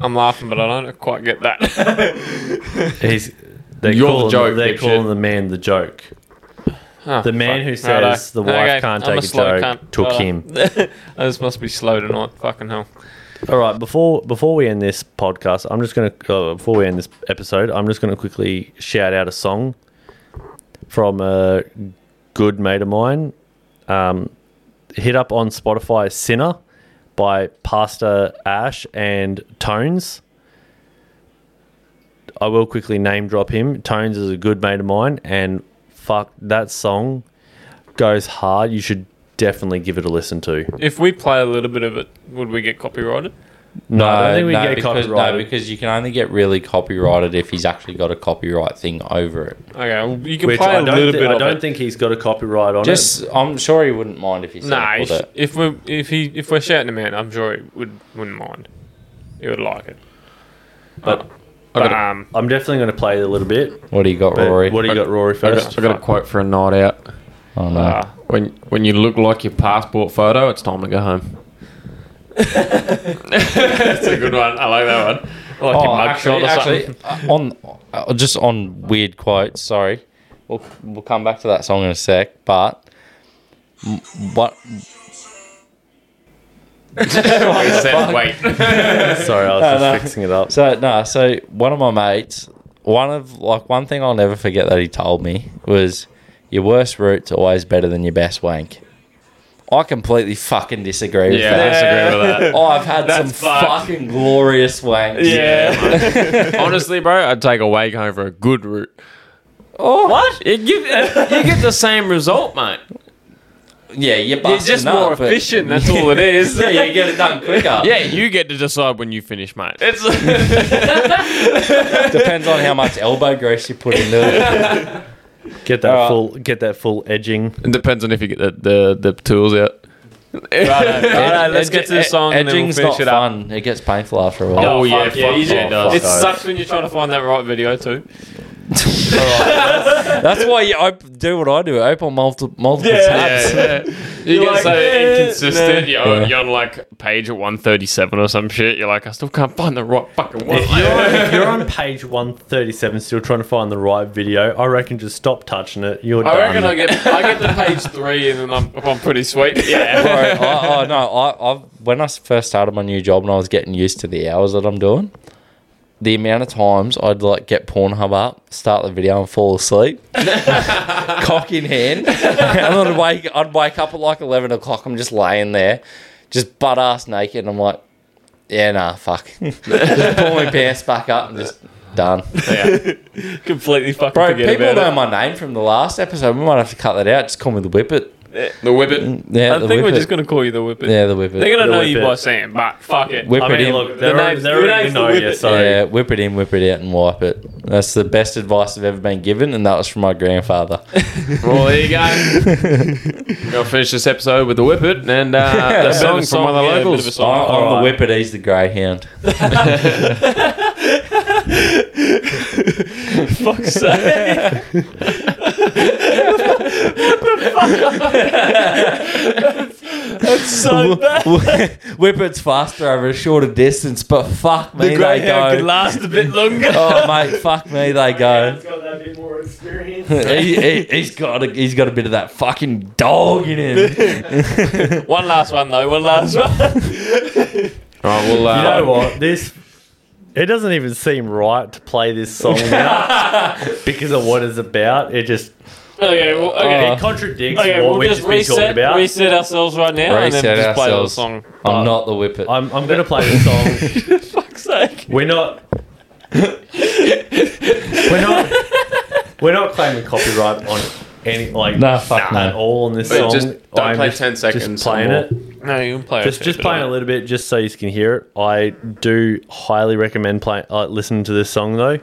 [SPEAKER 3] I'm laughing, but I don't quite get that.
[SPEAKER 4] He's they're
[SPEAKER 5] You're the
[SPEAKER 4] calling,
[SPEAKER 5] joke,
[SPEAKER 4] They're
[SPEAKER 5] dipshit.
[SPEAKER 4] calling the man the joke. The man who
[SPEAKER 3] Ah, Righto.
[SPEAKER 4] says the wife
[SPEAKER 3] Okay,
[SPEAKER 4] can't
[SPEAKER 3] I'm
[SPEAKER 4] take a,
[SPEAKER 3] slow
[SPEAKER 4] joke
[SPEAKER 3] cunt.
[SPEAKER 4] took
[SPEAKER 3] Righto.
[SPEAKER 4] him.
[SPEAKER 3] I just must be slow tonight. Fucking hell.
[SPEAKER 4] All right, before before we end this podcast, I'm just going to uh, before we end this episode, I'm just going to quickly shout out a song from a good mate of mine. Um, hit up on Spotify, "Sinner" by Pastor Ash and Tones. I will quickly name drop him. Tones is a good mate of mine, and fuck that song goes hard. You should definitely give it a listen to.
[SPEAKER 3] If we play a little bit of it, would we get copyrighted?
[SPEAKER 4] No, I don't think we
[SPEAKER 6] no,
[SPEAKER 4] get
[SPEAKER 6] because, no,
[SPEAKER 4] copyrighted.
[SPEAKER 6] because you can only get really copyrighted if he's actually got a copyright thing over it.
[SPEAKER 3] Okay, well, you can
[SPEAKER 4] Which
[SPEAKER 3] play
[SPEAKER 4] I
[SPEAKER 3] a
[SPEAKER 4] don't,
[SPEAKER 3] little
[SPEAKER 4] thi-
[SPEAKER 3] bit
[SPEAKER 4] I
[SPEAKER 3] of
[SPEAKER 4] don't
[SPEAKER 3] it.
[SPEAKER 4] think he's got a copyright on it.
[SPEAKER 6] Just, I'm sure he wouldn't mind if he
[SPEAKER 3] Nah,
[SPEAKER 6] sampled it.
[SPEAKER 3] if, if we if he if we're shouting him out, I'm sure he would wouldn't mind. He would like it.
[SPEAKER 4] But
[SPEAKER 3] But um,
[SPEAKER 4] I'm definitely going to play it a little bit.
[SPEAKER 6] What do you got,
[SPEAKER 4] But
[SPEAKER 6] Rory?
[SPEAKER 4] What do you got, Rory?
[SPEAKER 5] I
[SPEAKER 4] First,
[SPEAKER 5] got, I got a quote for a night out.
[SPEAKER 6] oh, no.
[SPEAKER 3] uh,
[SPEAKER 5] When when you look like your passport photo, it's time to go home.
[SPEAKER 3] that's a good one. I like that one. I like your
[SPEAKER 6] Oh,
[SPEAKER 3] mugshot
[SPEAKER 6] actually,
[SPEAKER 3] or something.
[SPEAKER 6] actually uh, on uh, just on weird quotes. Sorry, we'll we'll come back to that song in a sec. But m- what?
[SPEAKER 3] wait.
[SPEAKER 4] Sorry, I was just
[SPEAKER 6] no.
[SPEAKER 4] fixing it up.
[SPEAKER 6] So no, so one of my mates, one of like one thing I'll never forget that he told me was, "Your worst route's always better than your best wank." I completely fucking disagree with
[SPEAKER 5] Yeah, I
[SPEAKER 6] that.
[SPEAKER 5] disagree with that.
[SPEAKER 6] Oh, I've had some
[SPEAKER 3] fucked.
[SPEAKER 6] fucking glorious wanks.
[SPEAKER 3] Yeah.
[SPEAKER 5] Honestly, bro, I'd take a wake home for a good route. Oh, what? You get, you get the same result, mate.
[SPEAKER 6] yeah, you're,
[SPEAKER 5] It's
[SPEAKER 6] busting
[SPEAKER 5] just more
[SPEAKER 6] up, but-
[SPEAKER 5] efficient. That's all it is.
[SPEAKER 6] Yeah, you get it done quicker.
[SPEAKER 5] Yeah, you get to decide when you finish, mate. It's
[SPEAKER 6] Depends on how much elbow grease you put into it.
[SPEAKER 4] Get that
[SPEAKER 6] Alright.
[SPEAKER 4] full, get that full edging.
[SPEAKER 5] It depends on if you get the, the, the tools out.
[SPEAKER 3] Alright, let's get to the song and then we'll
[SPEAKER 6] Edging's
[SPEAKER 3] finish
[SPEAKER 6] not
[SPEAKER 3] it up.
[SPEAKER 6] fun. It gets painful after a while.
[SPEAKER 5] Oh, yeah,
[SPEAKER 3] fuck, yeah,
[SPEAKER 5] fuck
[SPEAKER 3] you do-
[SPEAKER 5] yeah, it does.
[SPEAKER 3] It sucks when you're trying to find that right video too.
[SPEAKER 6] That's why you op- do what I do. Open multiple multiple tabs.
[SPEAKER 5] Yeah, yeah. You get
[SPEAKER 3] like,
[SPEAKER 5] so
[SPEAKER 3] "Eh,
[SPEAKER 5] inconsistent. You're,
[SPEAKER 6] Yeah.
[SPEAKER 5] you're on like page at 137 or some shit. You're like, I still can't find the right fucking one.
[SPEAKER 4] If you're on page 137, still trying to find the right video, I reckon just stop touching it. You're
[SPEAKER 3] I
[SPEAKER 4] done.
[SPEAKER 3] reckon I get I get the page three and then I'm, I'm pretty sweet. Yeah.
[SPEAKER 6] Bro, I, I, no, I, I, when I first started my new job and I was getting used to the hours that I'm doing, the amount of times I'd like get Pornhub up, start the video, and fall asleep, cock in hand, and I'd wake, I'd wake up at like eleven o'clock. I'm just laying there, just butt ass naked. And I'm like, yeah, nah, fuck. just pull my pants back up and just done.
[SPEAKER 3] completely fucking
[SPEAKER 6] Bro,
[SPEAKER 3] forget
[SPEAKER 6] people
[SPEAKER 3] about
[SPEAKER 6] know my name from the last episode. We might have to cut that out. Just call me the Whippet.
[SPEAKER 5] The whippet.
[SPEAKER 6] Yeah,
[SPEAKER 3] I
[SPEAKER 6] the
[SPEAKER 3] think we're
[SPEAKER 6] Whippet.
[SPEAKER 3] just gonna call you the Whippet.
[SPEAKER 6] Yeah, the Whippet.
[SPEAKER 3] They're gonna
[SPEAKER 4] The
[SPEAKER 3] know you
[SPEAKER 4] Whippet.
[SPEAKER 3] by Sam, but fuck it.
[SPEAKER 6] Whip
[SPEAKER 4] I
[SPEAKER 6] it
[SPEAKER 4] mean,
[SPEAKER 6] in.
[SPEAKER 4] look, they're
[SPEAKER 3] The
[SPEAKER 4] already,
[SPEAKER 3] name's-
[SPEAKER 4] they're
[SPEAKER 3] the
[SPEAKER 4] already
[SPEAKER 3] name's the
[SPEAKER 4] know
[SPEAKER 3] whip
[SPEAKER 4] you,
[SPEAKER 3] it.
[SPEAKER 4] so
[SPEAKER 6] Yeah, whip it in, whip it out, and wipe it. That's the best advice I've ever been given, and that was from my grandfather.
[SPEAKER 5] Well, there you go. Gonna finish this episode with the whippet and uh, the
[SPEAKER 6] a bit of
[SPEAKER 5] song
[SPEAKER 6] a
[SPEAKER 5] from one of
[SPEAKER 3] song,
[SPEAKER 5] the
[SPEAKER 3] yeah, a bit
[SPEAKER 5] locals.
[SPEAKER 3] of a song.
[SPEAKER 6] I'm, I'm
[SPEAKER 4] Alright.
[SPEAKER 6] the whip it, he's the greyhound.
[SPEAKER 4] fuck's sake. That's so bad.
[SPEAKER 6] Whippets faster over a shorter distance, but fuck me, they
[SPEAKER 4] Greyhound
[SPEAKER 6] go.
[SPEAKER 4] could last a bit longer.
[SPEAKER 6] Oh mate, fuck me, they go.
[SPEAKER 3] got that bit more experience.
[SPEAKER 6] he, he, he's got a, he's got a bit of that fucking dog in him.
[SPEAKER 3] one last one though. One last one.
[SPEAKER 5] All right, well, uh,
[SPEAKER 4] You know what? This it doesn't even seem right to play this song now because of what it's about. It just
[SPEAKER 3] okay. Well, okay.
[SPEAKER 6] Uh,
[SPEAKER 4] it contradicts
[SPEAKER 3] okay.
[SPEAKER 4] Oh, what
[SPEAKER 3] We'll
[SPEAKER 4] we've
[SPEAKER 3] just
[SPEAKER 4] just been talking
[SPEAKER 3] reset.
[SPEAKER 4] about.
[SPEAKER 3] Reset ourselves right now, and then
[SPEAKER 6] Reset
[SPEAKER 3] just play the
[SPEAKER 6] ourselves.
[SPEAKER 3] song.
[SPEAKER 6] I'm not the whippet.
[SPEAKER 4] I'm, I'm gonna play the song.
[SPEAKER 3] Fuck's sake.
[SPEAKER 4] We're not. we're not. We're not claiming copyright on any like
[SPEAKER 6] Nah, fuck
[SPEAKER 4] nah,
[SPEAKER 6] no.
[SPEAKER 4] at all on this
[SPEAKER 5] But
[SPEAKER 4] song.
[SPEAKER 5] just don't play 10 seconds
[SPEAKER 4] Just playing
[SPEAKER 5] or more.
[SPEAKER 4] it.
[SPEAKER 3] No, you can play.
[SPEAKER 4] just just playing a little bit just so you can hear it i do highly recommend playing uh, listening to this song though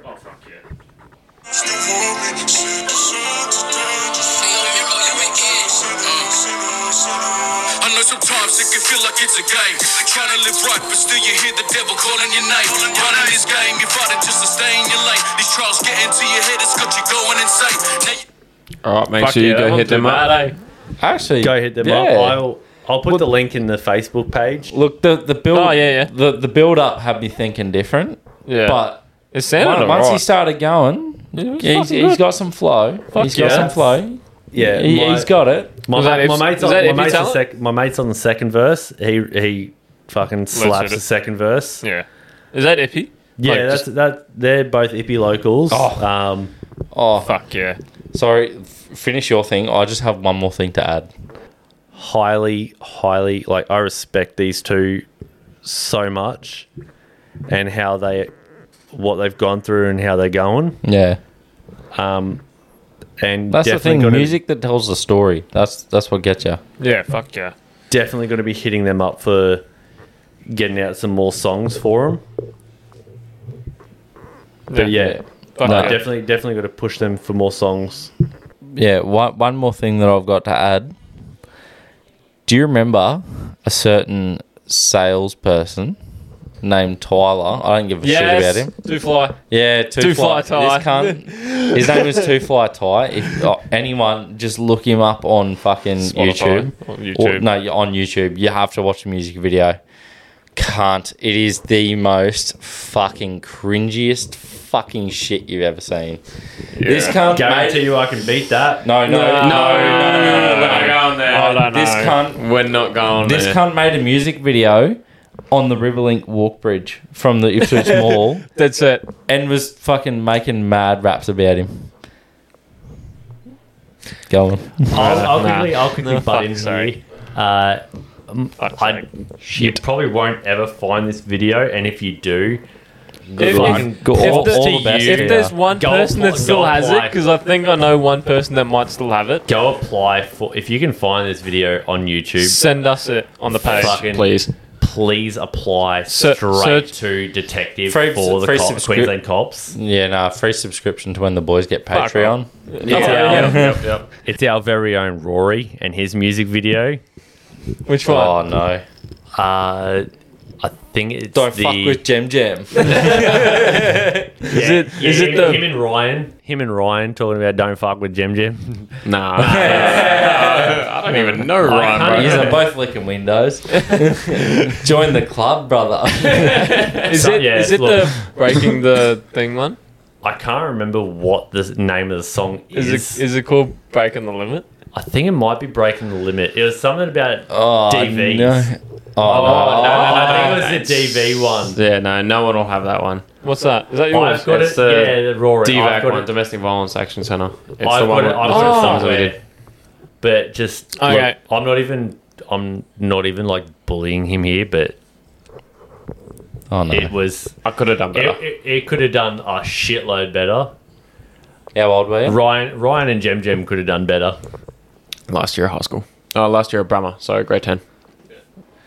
[SPEAKER 1] I know sometimes it can feel like it's a game. Trying to live right, but still you hear the devil calling your name. Running this game, you're fighting just to stay in your lane. These trials get into your head, it's got you going insane. Now you-
[SPEAKER 5] all right, make sure you go hit them up.
[SPEAKER 6] Actually,
[SPEAKER 4] go hit them up i'll i'll put the link in the facebook page
[SPEAKER 6] Look, the the build.
[SPEAKER 3] Oh, yeah, yeah.
[SPEAKER 6] The the build up had me thinking different,
[SPEAKER 3] Yeah.
[SPEAKER 6] but
[SPEAKER 3] it sounded
[SPEAKER 6] once he
[SPEAKER 3] alright.
[SPEAKER 6] started going,
[SPEAKER 3] was
[SPEAKER 6] he's,
[SPEAKER 3] fucking
[SPEAKER 6] he's
[SPEAKER 3] good.
[SPEAKER 6] got some flow. he's got
[SPEAKER 4] yeah.
[SPEAKER 6] some flow.
[SPEAKER 4] yeah
[SPEAKER 6] He,
[SPEAKER 4] my,
[SPEAKER 6] has got it.
[SPEAKER 4] my,
[SPEAKER 3] Was that
[SPEAKER 4] my,
[SPEAKER 3] if-
[SPEAKER 4] mate's
[SPEAKER 3] was
[SPEAKER 4] on,
[SPEAKER 3] that
[SPEAKER 4] my,
[SPEAKER 3] if you
[SPEAKER 4] mate's on
[SPEAKER 3] tell it?
[SPEAKER 4] sec, my mate's on the second verse he he fucking slaps
[SPEAKER 3] hit
[SPEAKER 4] the
[SPEAKER 3] it.
[SPEAKER 4] second verse
[SPEAKER 3] Yeah. Is that ippy?
[SPEAKER 4] yeah
[SPEAKER 3] Like,
[SPEAKER 4] that's
[SPEAKER 3] just-
[SPEAKER 4] that they're both ippy locals
[SPEAKER 6] Oh.
[SPEAKER 4] um
[SPEAKER 6] Oh,
[SPEAKER 3] Fuck yeah.
[SPEAKER 6] sorry. F- finish your thing. I just have one more thing to add.
[SPEAKER 4] highly, highly like I respect these two so much and how they what they've gone through and how they're going.
[SPEAKER 6] Yeah,
[SPEAKER 4] And
[SPEAKER 6] that's the
[SPEAKER 4] definitely
[SPEAKER 6] thing.
[SPEAKER 4] gonna,
[SPEAKER 6] Music that tells the story. That's that's what gets you.
[SPEAKER 3] Yeah. Fuck yeah.
[SPEAKER 4] definitely gonna be hitting them up for getting out some more songs for them. But yeah,
[SPEAKER 3] Fuck
[SPEAKER 6] No.
[SPEAKER 3] yeah.
[SPEAKER 4] definitely definitely got to push them for more songs.
[SPEAKER 6] Yeah, one, one more thing that I've got to add. Do you remember a certain salesperson named Tyler? I don't give a
[SPEAKER 3] Yes.
[SPEAKER 6] shit about him.
[SPEAKER 3] Do fly.
[SPEAKER 6] Yeah, Two,
[SPEAKER 3] Two
[SPEAKER 6] Fly,
[SPEAKER 3] Fly
[SPEAKER 6] This
[SPEAKER 3] Ty.
[SPEAKER 6] cunt, his name was Two Fly Ty. If uh, anyone, just look him up on fucking
[SPEAKER 3] Spotify,
[SPEAKER 6] YouTube.
[SPEAKER 3] on
[SPEAKER 6] Or,
[SPEAKER 3] YouTube.
[SPEAKER 6] no, you're on YouTube. You have to watch the music video. Can't. It is the most fucking cringiest fucking shit you've ever seen. This cunt made
[SPEAKER 4] Guarantee you, I can beat that.
[SPEAKER 6] no, no, no, no, no, no, no,
[SPEAKER 5] going there.
[SPEAKER 3] I don't
[SPEAKER 6] This
[SPEAKER 3] know.
[SPEAKER 6] cunt,
[SPEAKER 5] We're not going
[SPEAKER 6] this
[SPEAKER 5] there.
[SPEAKER 6] cunt made a music video on the Riverlink walk bridge from the Ipswich Mall
[SPEAKER 3] That's it.
[SPEAKER 6] and was fucking making mad raps about him. Go on.
[SPEAKER 4] I'll, I'll
[SPEAKER 3] Nah.
[SPEAKER 4] quickly, I'll quickly butt
[SPEAKER 3] fuck,
[SPEAKER 4] in
[SPEAKER 3] sorry.
[SPEAKER 4] here. Uh, um,
[SPEAKER 3] Fuck's
[SPEAKER 4] I,
[SPEAKER 3] sake.
[SPEAKER 4] you probably won't ever find this video, and if you do,
[SPEAKER 3] If,
[SPEAKER 4] luck.
[SPEAKER 3] if-
[SPEAKER 6] Go-
[SPEAKER 3] if
[SPEAKER 6] all-
[SPEAKER 3] the-
[SPEAKER 6] all the
[SPEAKER 3] to
[SPEAKER 6] best
[SPEAKER 3] you-
[SPEAKER 6] to
[SPEAKER 3] if there's
[SPEAKER 6] you.
[SPEAKER 3] one
[SPEAKER 4] Go
[SPEAKER 3] person
[SPEAKER 4] apply-
[SPEAKER 3] that still
[SPEAKER 4] go
[SPEAKER 3] has it,
[SPEAKER 4] apply.
[SPEAKER 3] because I think I know one person that might still have it,
[SPEAKER 4] go apply for. If you can find this video on YouTube,
[SPEAKER 3] send us it on the page.
[SPEAKER 4] Fucking-
[SPEAKER 5] please.
[SPEAKER 4] please apply
[SPEAKER 3] Ser-
[SPEAKER 4] straight
[SPEAKER 3] search-
[SPEAKER 4] to detective
[SPEAKER 6] Free-
[SPEAKER 4] for the
[SPEAKER 6] free
[SPEAKER 4] cop,
[SPEAKER 6] subscrip-
[SPEAKER 4] Queensland cops.
[SPEAKER 6] Yeah, nah, free subscription to when the boys get
[SPEAKER 3] Fuck
[SPEAKER 6] Patreon.
[SPEAKER 4] It's,
[SPEAKER 3] Yeah.
[SPEAKER 4] our, it's our very own Rory and his music video.
[SPEAKER 3] Which one?
[SPEAKER 6] Oh no.
[SPEAKER 4] Uh, I think it's
[SPEAKER 6] Don't
[SPEAKER 4] the,
[SPEAKER 6] fuck with Jem Jam.
[SPEAKER 4] Is
[SPEAKER 3] it- is it
[SPEAKER 4] him,
[SPEAKER 3] the-
[SPEAKER 4] him and Ryan? Him and Ryan talking about don't fuck with Jim Jim.
[SPEAKER 5] Nah. I don't even know
[SPEAKER 4] can't
[SPEAKER 5] Ryan,
[SPEAKER 6] He's
[SPEAKER 5] bro.
[SPEAKER 6] are both licking windows. Join the club, brother.
[SPEAKER 3] Is
[SPEAKER 4] So-
[SPEAKER 3] it? Is
[SPEAKER 4] yeah,
[SPEAKER 3] it
[SPEAKER 4] look.
[SPEAKER 3] the breaking the thing one?
[SPEAKER 4] I can't remember what the name of the song
[SPEAKER 3] Is
[SPEAKER 4] is.
[SPEAKER 3] it? Is it called breaking the limit?
[SPEAKER 4] I think it might be breaking the limit. It was something about
[SPEAKER 6] Oh,
[SPEAKER 4] DVs.
[SPEAKER 6] no. Oh, no.
[SPEAKER 4] I think it was the DV one.
[SPEAKER 5] Yeah, no, no one will have that one.
[SPEAKER 3] What's that? Is that yours?
[SPEAKER 4] I've got
[SPEAKER 5] it's
[SPEAKER 4] it.
[SPEAKER 5] the
[SPEAKER 4] yeah, the Rory. I've
[SPEAKER 5] DVAC
[SPEAKER 4] got
[SPEAKER 5] one,
[SPEAKER 4] it.
[SPEAKER 5] Domestic Violence Action Centre. It's
[SPEAKER 4] I've
[SPEAKER 5] the
[SPEAKER 4] got
[SPEAKER 5] one
[SPEAKER 4] it.
[SPEAKER 5] with
[SPEAKER 4] I've
[SPEAKER 5] the
[SPEAKER 4] got it
[SPEAKER 5] songs we
[SPEAKER 4] somewhere.
[SPEAKER 5] did.
[SPEAKER 4] But just
[SPEAKER 3] Okay.
[SPEAKER 4] look, I'm not even. I'm not even like bullying him here, but
[SPEAKER 6] Oh, no.
[SPEAKER 4] it was.
[SPEAKER 5] I could have done
[SPEAKER 4] It,
[SPEAKER 5] better.
[SPEAKER 4] it, it could have done a shitload better.
[SPEAKER 6] How old were you?
[SPEAKER 4] Ryan, Ryan and Jem Jem could have done better.
[SPEAKER 5] Last year of high school. Uh, last year at Brummer, so grade 10.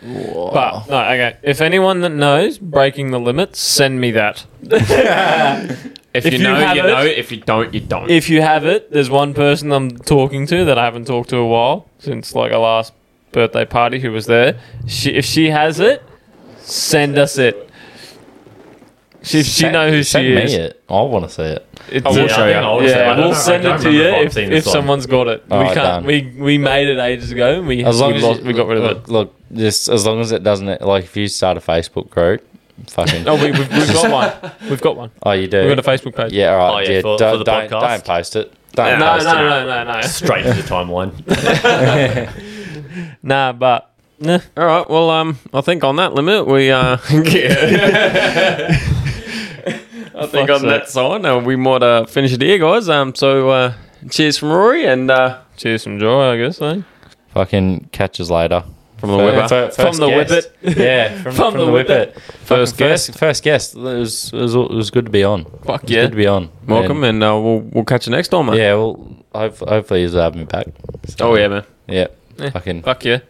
[SPEAKER 3] But no, okay. If anyone that knows breaking the limits, send me that.
[SPEAKER 5] If,
[SPEAKER 3] If
[SPEAKER 5] you
[SPEAKER 3] you
[SPEAKER 5] know,
[SPEAKER 3] have
[SPEAKER 5] you
[SPEAKER 3] it-
[SPEAKER 5] know. If you don't, you don't.
[SPEAKER 3] If you have it, there's one person I'm talking to that I haven't talked to a while since like our last birthday party. Who was there? She, if she has it, send us it. She, she
[SPEAKER 6] Send-
[SPEAKER 3] know who
[SPEAKER 6] send
[SPEAKER 3] she
[SPEAKER 6] me
[SPEAKER 3] is.
[SPEAKER 6] it. I want to see it.
[SPEAKER 3] It's,
[SPEAKER 5] I will show you. I will
[SPEAKER 4] send- I
[SPEAKER 3] Yeah,
[SPEAKER 4] don't
[SPEAKER 3] we'll
[SPEAKER 4] know- I
[SPEAKER 3] send
[SPEAKER 4] don't
[SPEAKER 3] it to you
[SPEAKER 4] remember if I've
[SPEAKER 3] if,
[SPEAKER 4] seen
[SPEAKER 3] if
[SPEAKER 4] this one.
[SPEAKER 3] someone's got it. we
[SPEAKER 6] Alright,
[SPEAKER 3] can't.
[SPEAKER 6] done.
[SPEAKER 3] We we made it ages ago and we
[SPEAKER 6] As long
[SPEAKER 3] we,
[SPEAKER 6] as
[SPEAKER 3] lost,
[SPEAKER 6] you-
[SPEAKER 3] we got rid of
[SPEAKER 6] look,
[SPEAKER 3] it.
[SPEAKER 6] Look, just as long as it doesn't like if you start a Facebook group, fucking.
[SPEAKER 3] No, Oh, we, we've, we've got one. We've got one.
[SPEAKER 6] oh, you do.
[SPEAKER 3] We've got a Facebook page.
[SPEAKER 6] yeah, all right.
[SPEAKER 4] Oh, yeah,
[SPEAKER 6] yeah,
[SPEAKER 4] for-
[SPEAKER 6] don't,
[SPEAKER 4] for the
[SPEAKER 6] don't,
[SPEAKER 4] podcast?
[SPEAKER 6] don't post it. Don't
[SPEAKER 3] No,
[SPEAKER 6] post
[SPEAKER 3] no,
[SPEAKER 6] it.
[SPEAKER 3] no, no, no.
[SPEAKER 4] Straight to the timeline.
[SPEAKER 3] Nah, but nah.
[SPEAKER 5] All right. Well, um, I think on that limit we uh, I think
[SPEAKER 3] Fuck's
[SPEAKER 5] on that sign uh, we might uh, finish it here, guys. Um, so uh, cheers from Rory and uh,
[SPEAKER 3] Cheers from Joy, I guess. Eh?
[SPEAKER 6] Fucking catches later.
[SPEAKER 5] from the Weber.
[SPEAKER 3] From the
[SPEAKER 6] guest. Yeah, from, from the whippet.
[SPEAKER 5] First guest,
[SPEAKER 6] First, first guest. It was, it was it was good to be on.
[SPEAKER 5] Fuck
[SPEAKER 6] It was
[SPEAKER 5] yeah.
[SPEAKER 6] good to be on.
[SPEAKER 5] welcome,
[SPEAKER 6] And,
[SPEAKER 5] and uh, we'll we'll catch you next time, mate.
[SPEAKER 6] yeah, well, hope- hopefully he's having me back.
[SPEAKER 5] Oh yeah, man.
[SPEAKER 6] Yeah, fucking
[SPEAKER 5] Fuck yeah.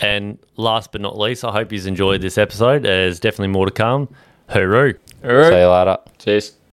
[SPEAKER 4] and last but not least, I hope you've enjoyed this episode. There's definitely more to come. Hooroo.
[SPEAKER 6] see you later.
[SPEAKER 5] Cheers.